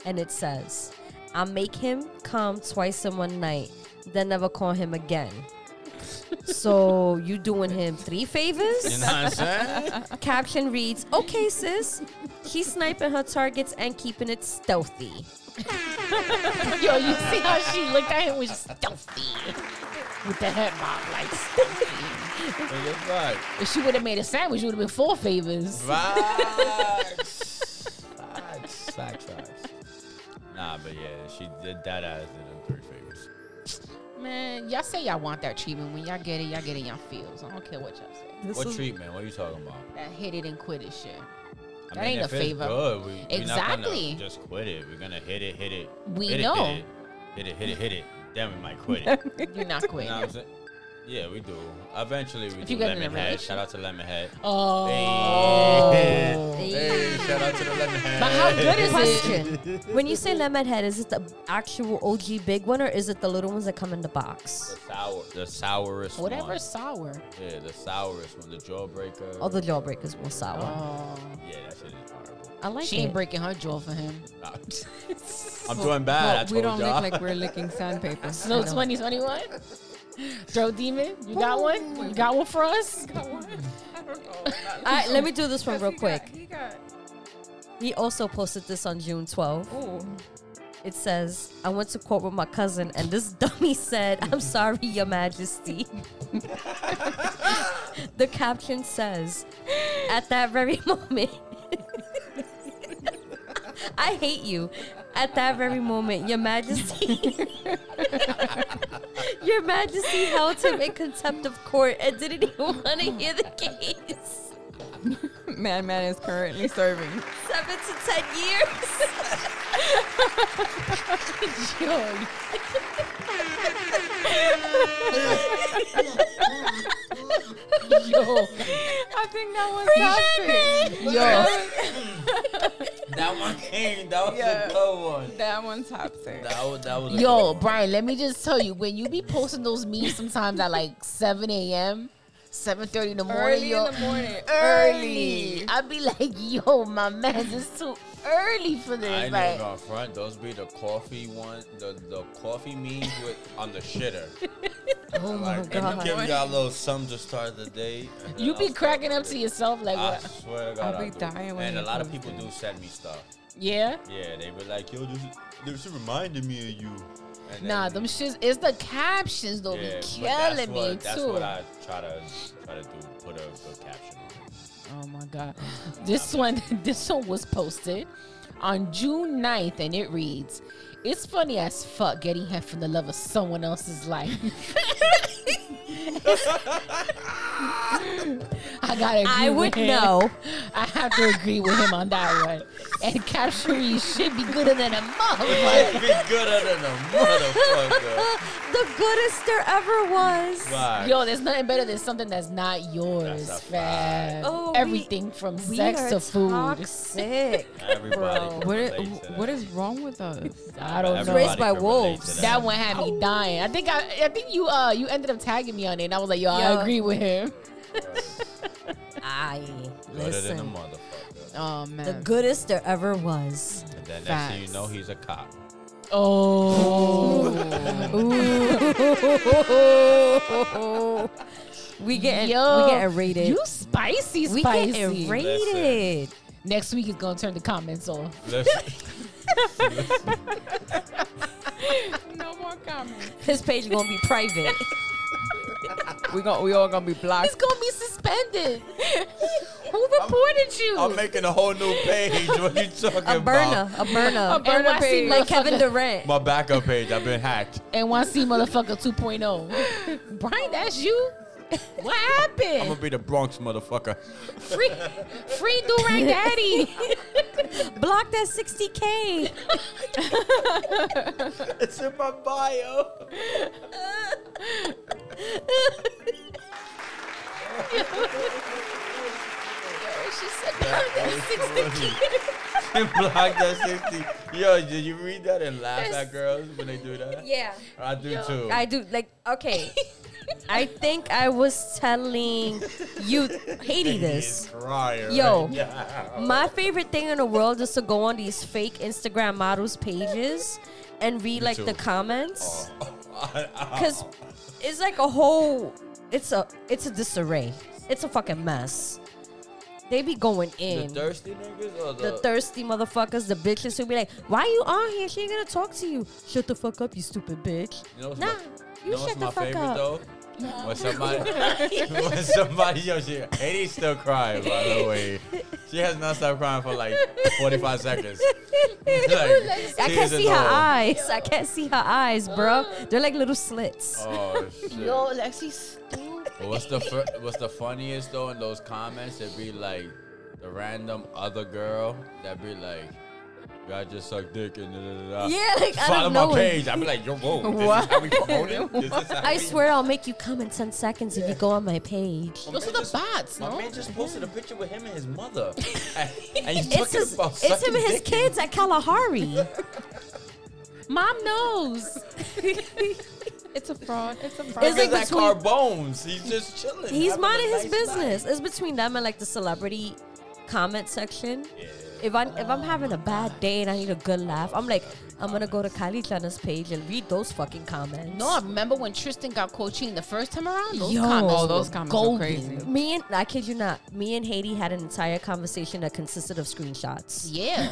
Speaker 1: and it says, I make him come twice in one night, then never call him again. so you doing him three
Speaker 3: you
Speaker 1: favors?
Speaker 3: know what I'm saying?
Speaker 1: Caption reads, Okay, sis. He's sniping her targets and keeping it stealthy.
Speaker 2: Yo, you see how she looked at him was stealthy with the head bob, like stealthy.
Speaker 3: Nigga, fuck.
Speaker 2: if she would have made a sandwich, it would have been four favors.
Speaker 3: Facts. Facts. Facts. Facts. Nah, but yeah, she did that as it in three figures.
Speaker 2: Man, y'all say y'all want that treatment. When y'all get it, y'all get it. Y'all feels. I don't care what y'all say.
Speaker 1: This
Speaker 3: What
Speaker 1: is-
Speaker 3: treatment? What are you talking about?
Speaker 2: That hit it and quit it shit.
Speaker 3: I
Speaker 2: That ain't
Speaker 3: if
Speaker 2: a
Speaker 3: it's
Speaker 2: favor.
Speaker 3: Good, we, We're
Speaker 2: Exactly.
Speaker 3: not gonna just quit it. We're gonna hit it, hit it.
Speaker 2: We
Speaker 3: hit
Speaker 2: know.
Speaker 3: It, hit, it. hit it, hit it, hit it. Then we might quit it.
Speaker 2: You're not
Speaker 3: You
Speaker 2: quitting.
Speaker 3: know what I'm saying? Yeah, we do. Eventually, we
Speaker 2: If
Speaker 3: do.
Speaker 2: you get in a
Speaker 3: Lemonhead.
Speaker 2: relationship.
Speaker 3: Shout out to Lemonhead.
Speaker 2: Oh.
Speaker 3: Hey. hey, shout out to the Lemonhead.
Speaker 2: But how good is it?
Speaker 1: Question. when you say lemon head, is it the actual OG big one or is it the little ones that come in the box?
Speaker 3: The sour, the sourest
Speaker 2: Whatever's
Speaker 3: one.
Speaker 2: sour.
Speaker 3: Yeah, the sourest one, the jawbreaker.
Speaker 1: Oh, the jawbreaker's more sour.
Speaker 2: Oh.
Speaker 3: yeah, that shit is horrible.
Speaker 1: I like
Speaker 2: She
Speaker 1: it.
Speaker 2: ain't breaking her jaw for him.
Speaker 3: Nah. I'm doing bad. I
Speaker 4: But
Speaker 3: told
Speaker 4: we don't
Speaker 3: y'all.
Speaker 4: look like we're licking sandpaper.
Speaker 2: Snow 2021. Throw demon. You got one? You got one for us?
Speaker 1: All right, let me do this one real quick.
Speaker 4: He got.
Speaker 1: He also posted this on June 12th.
Speaker 4: Ooh.
Speaker 1: It says, I went to court with my cousin, and this dummy said, I'm sorry, Your Majesty. the caption says, At that very moment, I hate you. At that very moment, Your Majesty. Your Majesty held him in contempt of court and didn't even want to hear the case.
Speaker 4: Madman is currently serving.
Speaker 1: Seven to ten years.
Speaker 2: Yo, yo.
Speaker 4: I think that was
Speaker 3: That one came. That was
Speaker 4: Yeah.
Speaker 3: a good one.
Speaker 4: That one's toxic.
Speaker 3: That was, that was a
Speaker 2: Yo,
Speaker 3: good one.
Speaker 2: Brian, let me just tell you, when you be posting those memes sometimes at like 7 a.m., 7.30 in the morning,
Speaker 4: Early
Speaker 2: yo,
Speaker 4: in the morning.
Speaker 2: early. I be like, yo, my man, this too, early for
Speaker 3: I
Speaker 2: this.
Speaker 3: ain't
Speaker 2: Like,
Speaker 3: even going front. Those be the coffee one, the the coffee memes with on the shitter.
Speaker 1: Oh my
Speaker 3: Like, if you
Speaker 1: god.
Speaker 3: give y'all a little something to start the day. and
Speaker 2: you
Speaker 3: then
Speaker 2: be
Speaker 3: I'll
Speaker 2: cracking
Speaker 3: start
Speaker 2: up
Speaker 3: the
Speaker 2: to
Speaker 3: day.
Speaker 2: yourself, like,
Speaker 3: I
Speaker 2: what?
Speaker 3: swear to God,
Speaker 4: I'll be
Speaker 3: I do.
Speaker 4: dying when
Speaker 3: And a
Speaker 4: he
Speaker 3: lot of
Speaker 4: posts
Speaker 3: people
Speaker 4: it.
Speaker 3: do send me stuff.
Speaker 2: yeah.
Speaker 3: Yeah, they be like, yo, this, this reminded me of you. And then-
Speaker 2: Nah, them shits. It's the captions though.
Speaker 3: Yeah,
Speaker 2: be
Speaker 3: but
Speaker 2: killing
Speaker 3: that's what,
Speaker 2: me
Speaker 3: That's
Speaker 2: too.
Speaker 3: what I try to try to do. Put a good caption on. it.
Speaker 2: Oh my god. This one this one was posted on June 9th and it reads It's funny as fuck getting hit from the love of someone else's life. I gotta agree
Speaker 1: I
Speaker 2: with
Speaker 1: would
Speaker 2: him.
Speaker 1: know.
Speaker 2: I have to agree with him on that one. And caption reads should be gooder than a motherfucker.
Speaker 3: be gooder than a motherfucker.
Speaker 1: The goodest there ever was.
Speaker 3: Why?
Speaker 2: Yo, there's nothing better than something that's not yours,
Speaker 3: That's a
Speaker 2: fam.
Speaker 1: fact. Oh, we-
Speaker 2: Everything from
Speaker 1: We
Speaker 2: sex
Speaker 1: are
Speaker 2: to food.
Speaker 1: Toxic.
Speaker 3: Everybody.
Speaker 1: Bro.
Speaker 3: can
Speaker 4: What,
Speaker 3: relate
Speaker 4: it,
Speaker 3: to that.
Speaker 4: what is wrong with us?
Speaker 2: I don't know.
Speaker 3: Everybody
Speaker 1: Raised by
Speaker 3: can relate to
Speaker 1: wolves.
Speaker 2: That one had me dying. I think I, I think you uh you ended up tagging me on it, and I was like, yo,
Speaker 1: Yo.
Speaker 2: I agree with him.
Speaker 1: Aye.
Speaker 3: Gooder than a
Speaker 1: Listen.
Speaker 3: motherfucker.
Speaker 4: Oh
Speaker 1: The
Speaker 4: man.
Speaker 1: goodest there ever was.
Speaker 3: And then next thing you
Speaker 4: Facts.
Speaker 3: know, he's a cop.
Speaker 2: Oh,
Speaker 1: we get
Speaker 2: yo,
Speaker 1: we get rated.
Speaker 2: You spicy,
Speaker 1: we
Speaker 2: spicy.
Speaker 1: get rated.
Speaker 2: Next week is gonna turn the comments off.
Speaker 3: Listen,
Speaker 4: No more comments.
Speaker 1: His page gonna be private.
Speaker 4: We gon' we all gonna be
Speaker 2: It's
Speaker 4: blocked.
Speaker 2: gonna be suspended. Who reported you?
Speaker 3: I'm making a whole new page. What you talking
Speaker 1: a burner,
Speaker 3: about?
Speaker 1: a burner.
Speaker 2: burner NYC page.
Speaker 1: Like Kevin
Speaker 2: motherfucker.
Speaker 1: Durant.
Speaker 3: My backup page. I've been hacked.
Speaker 2: NYC motherfucker 2.0. Brian, that's you. What
Speaker 3: I'm
Speaker 2: happened?
Speaker 3: gonna be the Bronx motherfucker.
Speaker 2: Free, free Durang Daddy.
Speaker 1: Block that 60k.
Speaker 3: It's in my bio.
Speaker 2: she said, "That's 60
Speaker 3: She blocked that 60. Yo, did you read that and laugh
Speaker 2: That's-
Speaker 3: at girls when they do that?
Speaker 1: Yeah.
Speaker 3: I do too.
Speaker 1: I do like okay. I think I was telling you Haiti this.
Speaker 3: Crier
Speaker 1: Yo.
Speaker 3: right now.
Speaker 1: My favorite thing in the world is to go on these fake Instagram models pages and read like the
Speaker 3: too. Oh.
Speaker 1: comments
Speaker 3: I-
Speaker 1: because it's like a whole it's a it's a disarray. It's a fucking mess. They be going
Speaker 3: I-
Speaker 1: in.
Speaker 3: the thirsty niggas or
Speaker 1: the
Speaker 3: the,
Speaker 1: thirsty motherfuckers, the bitches who be like, "Why you on here? She ain't gonna talk to you. Shut the fuck up, you stupid bitch."
Speaker 3: You know what's
Speaker 1: nah, you shut the
Speaker 3: my- know what's my
Speaker 1: fuck
Speaker 3: favorite
Speaker 1: up.
Speaker 3: though? When somebody, when somebody, yo, she, Haiti's still crying, by the way. She has not stopped crying for like 45 seconds. Like,
Speaker 1: I can't
Speaker 3: tears
Speaker 1: see her
Speaker 3: and all.
Speaker 1: eyes. I can't see her eyes, bro. They're like little slits.
Speaker 3: Oh, shit.
Speaker 2: Yo, Lexi, stupid.
Speaker 3: What's the fir- what's the funniest though in those comments? It'd be like the random other girl that be like, "Yo, I just suck dick and da da da. da."
Speaker 1: Yeah, like I
Speaker 3: Follow
Speaker 1: don't
Speaker 3: my
Speaker 1: know.
Speaker 3: page. I'd be like, yo, whoa, this is how we promote it? This is how
Speaker 1: I
Speaker 3: we-
Speaker 1: swear I'll make you come in ten seconds if you go on my page.
Speaker 3: My
Speaker 2: Those
Speaker 3: man
Speaker 2: are the
Speaker 3: just-
Speaker 2: bots,
Speaker 3: My
Speaker 2: no?
Speaker 3: man just posted a picture with him and his mother. and and you
Speaker 1: It's
Speaker 3: talking
Speaker 1: his,
Speaker 3: about
Speaker 1: it's him
Speaker 3: sucking
Speaker 1: and his
Speaker 3: dick.
Speaker 1: kids at Kalahari.
Speaker 2: Mom knows.
Speaker 4: It's a fraud. It's a fraud.
Speaker 1: It's
Speaker 3: It's
Speaker 1: like
Speaker 3: like at
Speaker 1: between-
Speaker 3: Carbones. He's just chilling.
Speaker 1: He's
Speaker 3: having a
Speaker 1: minding his
Speaker 3: nice
Speaker 1: business.
Speaker 3: life.
Speaker 1: It's between them and like the celebrity comment section.
Speaker 3: Yeah.
Speaker 1: If I'm if I'm having a bad day and I need a good laugh, I'm like, I'm gonna go to Kylie Jenner's page and read those fucking comments.
Speaker 2: No, I remember when Tristan got coaching the first time around. Those
Speaker 1: Yo.
Speaker 2: comments,
Speaker 1: Oh,
Speaker 4: those
Speaker 2: were
Speaker 4: comments were
Speaker 2: golden.
Speaker 4: crazy.
Speaker 1: me and I kid you not, me and Haiti had an entire conversation that consisted of screenshots.
Speaker 2: Yeah,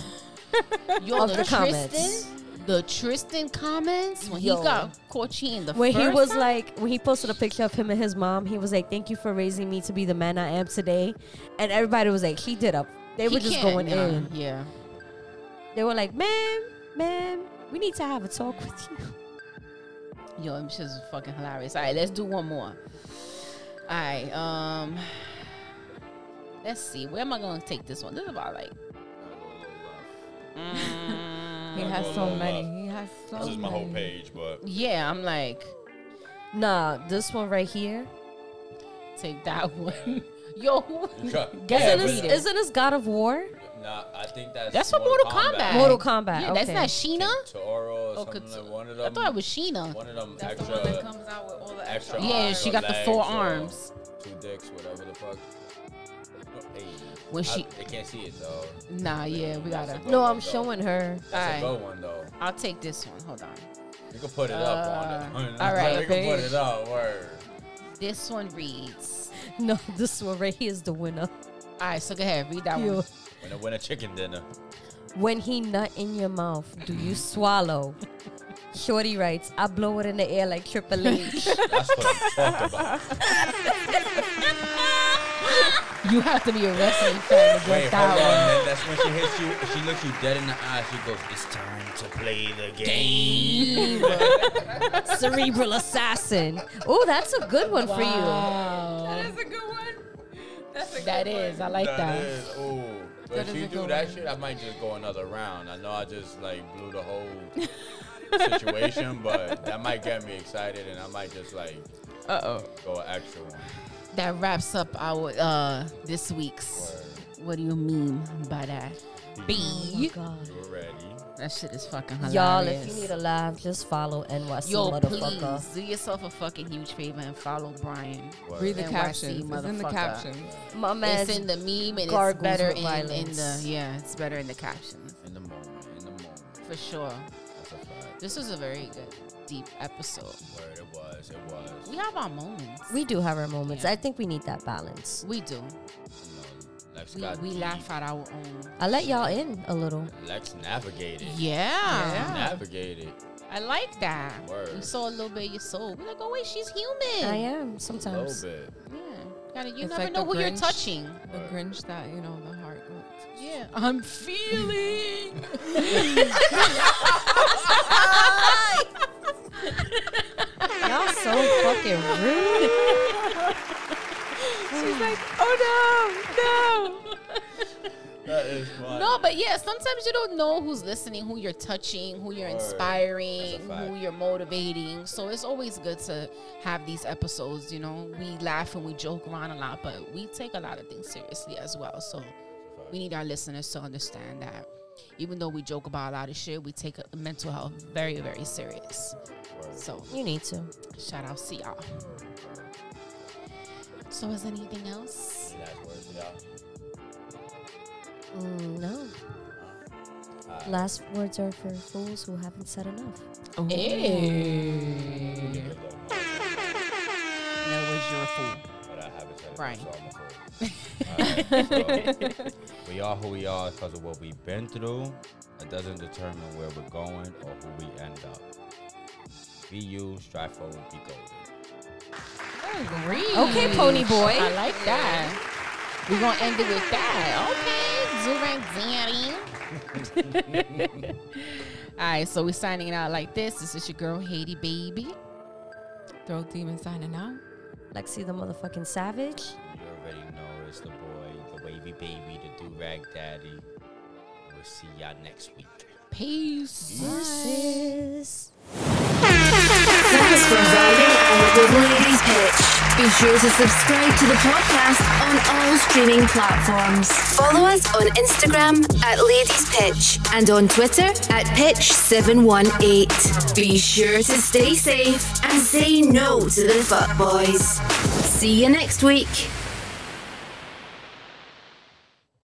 Speaker 2: yo,
Speaker 1: Of
Speaker 2: the,
Speaker 1: the
Speaker 2: Tristan,
Speaker 1: comments.
Speaker 2: the Tristan comments when
Speaker 1: Yo.
Speaker 2: he got coaching the
Speaker 1: When
Speaker 2: first
Speaker 1: he was
Speaker 2: time?
Speaker 1: like, when he posted a picture of him and his mom, he was like, "Thank you for raising me to be the man I am today," and everybody was like, "He did up." They
Speaker 2: He
Speaker 1: were just
Speaker 2: can't,
Speaker 1: going
Speaker 2: yeah,
Speaker 1: in.
Speaker 2: Yeah,
Speaker 1: They were like, "Ma'am, ma'am, we need to have a talk with you."
Speaker 2: yo, it's just fucking hilarious. All right, let's do one more. All right, um, let's see. Where am I gonna take this one? This is about like
Speaker 4: he has so many. He has so
Speaker 3: This is my whole
Speaker 4: many.
Speaker 3: page, but
Speaker 2: yeah. I'm like
Speaker 1: Nah, this one right here.
Speaker 2: take that one. Yo, who?
Speaker 1: Isn't
Speaker 2: Yeah,
Speaker 1: this,
Speaker 2: read it.
Speaker 1: isn't this God of War?
Speaker 3: Nah, I think that's
Speaker 2: That's from Mortal Kombat.
Speaker 1: Mortal Kombat.
Speaker 2: Yeah, that's
Speaker 1: okay.
Speaker 2: not Sheena.
Speaker 3: Toro or
Speaker 2: Oh,
Speaker 3: something
Speaker 2: Kats-
Speaker 3: like one of
Speaker 2: I
Speaker 3: them.
Speaker 2: thought it was Sheena.
Speaker 3: one of them
Speaker 4: That's the
Speaker 3: extra,
Speaker 4: one that comes out with all the
Speaker 3: extra.
Speaker 4: extra.
Speaker 2: Yeah,
Speaker 3: arms
Speaker 2: she
Speaker 3: or
Speaker 2: got the
Speaker 3: legs
Speaker 2: four
Speaker 3: or
Speaker 2: arms.
Speaker 3: two dicks, whatever the fuck. Hey,
Speaker 2: when
Speaker 3: I,
Speaker 2: Oh, she
Speaker 3: they can't see it though.
Speaker 2: nah yeah we
Speaker 3: That's
Speaker 2: gotta.
Speaker 1: No,
Speaker 3: a good
Speaker 1: I'm
Speaker 3: one, though.
Speaker 1: showing her.
Speaker 3: That's a
Speaker 2: All
Speaker 3: good one though.
Speaker 2: I'll take this one. Hold on.
Speaker 3: You can put it up on it.
Speaker 2: Uh, all right,
Speaker 3: you can put
Speaker 2: babe.
Speaker 3: it up. Word.
Speaker 2: This one reads.
Speaker 1: No, this one right here is the winner.
Speaker 2: All right, so go ahead read that
Speaker 1: You.
Speaker 2: one.
Speaker 3: When I win a chicken dinner.
Speaker 1: When he nut in your mouth, do you swallow? Shorty writes, I blow it in the air like Triple H.
Speaker 3: That's what I'm talking about.
Speaker 2: You have to be a wrestling fan to
Speaker 3: Wait,
Speaker 2: get
Speaker 3: hold on.
Speaker 2: that
Speaker 3: Then that's when she hits you. She looks you dead in the eye. She goes, "It's time to play the game."
Speaker 1: Cerebral assassin. Oh, that's a good one
Speaker 2: one.
Speaker 1: for you.
Speaker 2: Wow.
Speaker 4: That's a good one. That's a good
Speaker 2: That
Speaker 4: one.
Speaker 2: is. I like that.
Speaker 3: That is. Ooh. But
Speaker 4: That
Speaker 3: if
Speaker 4: is
Speaker 3: you
Speaker 4: a
Speaker 3: do
Speaker 4: good
Speaker 3: that
Speaker 4: one.
Speaker 3: shit, I might just go another round. I know I just like blew the whole situation, but that might get me excited, and I might just like
Speaker 4: Uh oh.
Speaker 3: go an extra one.
Speaker 2: That wraps up our uh this week's. What do you mean by that? B.
Speaker 1: God.
Speaker 3: You're ready.
Speaker 2: That shit is fucking hilarious.
Speaker 1: Y'all, if you need a laugh, just follow NYC
Speaker 2: Yo,
Speaker 1: motherfucker.
Speaker 2: please do yourself a fucking huge favor and follow Brian.
Speaker 3: Word.
Speaker 4: Read the
Speaker 2: NYC
Speaker 4: captions. It's in the
Speaker 2: motherfucker.
Speaker 4: captions.
Speaker 1: My man,
Speaker 2: it's in the meme and it's
Speaker 1: gargles
Speaker 2: better
Speaker 1: with
Speaker 2: in, in
Speaker 1: violence.
Speaker 2: the yeah, it's better in the captions
Speaker 3: In the moment. In the moment.
Speaker 2: for sure.
Speaker 3: That's a fact.
Speaker 2: This was a very good deep episode.
Speaker 3: Word. It was. It was.
Speaker 2: We have our moments.
Speaker 1: we do have our moments.
Speaker 2: Yeah.
Speaker 1: I think we need that balance.
Speaker 2: We do.
Speaker 3: You know, Lex
Speaker 2: We,
Speaker 3: got
Speaker 2: we
Speaker 3: deep.
Speaker 2: laugh at our own.
Speaker 1: I let y'all in a little.
Speaker 3: Lex navigated.
Speaker 2: Yeah.
Speaker 3: Navigated.
Speaker 2: I like that.
Speaker 3: Word.
Speaker 2: We saw a little bit of your soul. We're like, oh wait, she's human.
Speaker 1: I am
Speaker 3: A
Speaker 1: sometimes.
Speaker 3: little bit.
Speaker 2: Yeah. Gotta, you
Speaker 4: It's
Speaker 2: never
Speaker 4: like
Speaker 2: know
Speaker 4: the
Speaker 2: who you're
Speaker 4: Grinch.
Speaker 2: touching.
Speaker 4: The Grinch that you know the heart.
Speaker 2: Yeah. I'm feeling.
Speaker 1: Y'all so fucking rude.
Speaker 4: She's like, oh no, no.
Speaker 3: That is fun.
Speaker 2: no, but yeah, sometimes you don't know who's listening, who you're touching, who you're
Speaker 3: Word.
Speaker 2: inspiring,
Speaker 3: That's a fact.
Speaker 2: who you're motivating. So it's always good to have these episodes, you know. We laugh and we joke around a lot, but we take a lot of things seriously as well. So we need our listeners to understand that even though we joke about a lot of shit, we take uh, mental health very, very serious. So
Speaker 1: You need to.
Speaker 2: shout out to y'all. So is anything else?
Speaker 3: Any last words, y'all?
Speaker 1: Mm, no.
Speaker 3: Uh,
Speaker 1: Last words are for fools who haven't said enough.
Speaker 2: Hey.
Speaker 3: give it a little more.
Speaker 2: In other words, you're a fool.
Speaker 3: but I haven't said it,
Speaker 2: Right.
Speaker 3: so I'm a fool. Alright, so we are who we are because of what we've been through. It doesn't determine where we're going or who we end up. Be you, strive forward, be golden.
Speaker 1: Okay, pony boy.
Speaker 2: I like that. We're gonna end it with that. Okay, Durant Daddy. All right, so we're signing it out like this. This is your girl, Haiti Baby.
Speaker 4: Throw demon signing out.
Speaker 1: Lexi the motherfucking savage.
Speaker 3: You already know it's the boy, the wavy baby, the do rag daddy. We'll see y'all next week.
Speaker 2: Peace.
Speaker 1: Sis.
Speaker 5: Thanks for vibing out with Ladies Pitch. Be sure to subscribe to the podcast on all streaming platforms. Follow us on Instagram at Ladies Pitch and on Twitter at Pitch718. Be sure to stay safe and say no to the fuckboys. See you next week.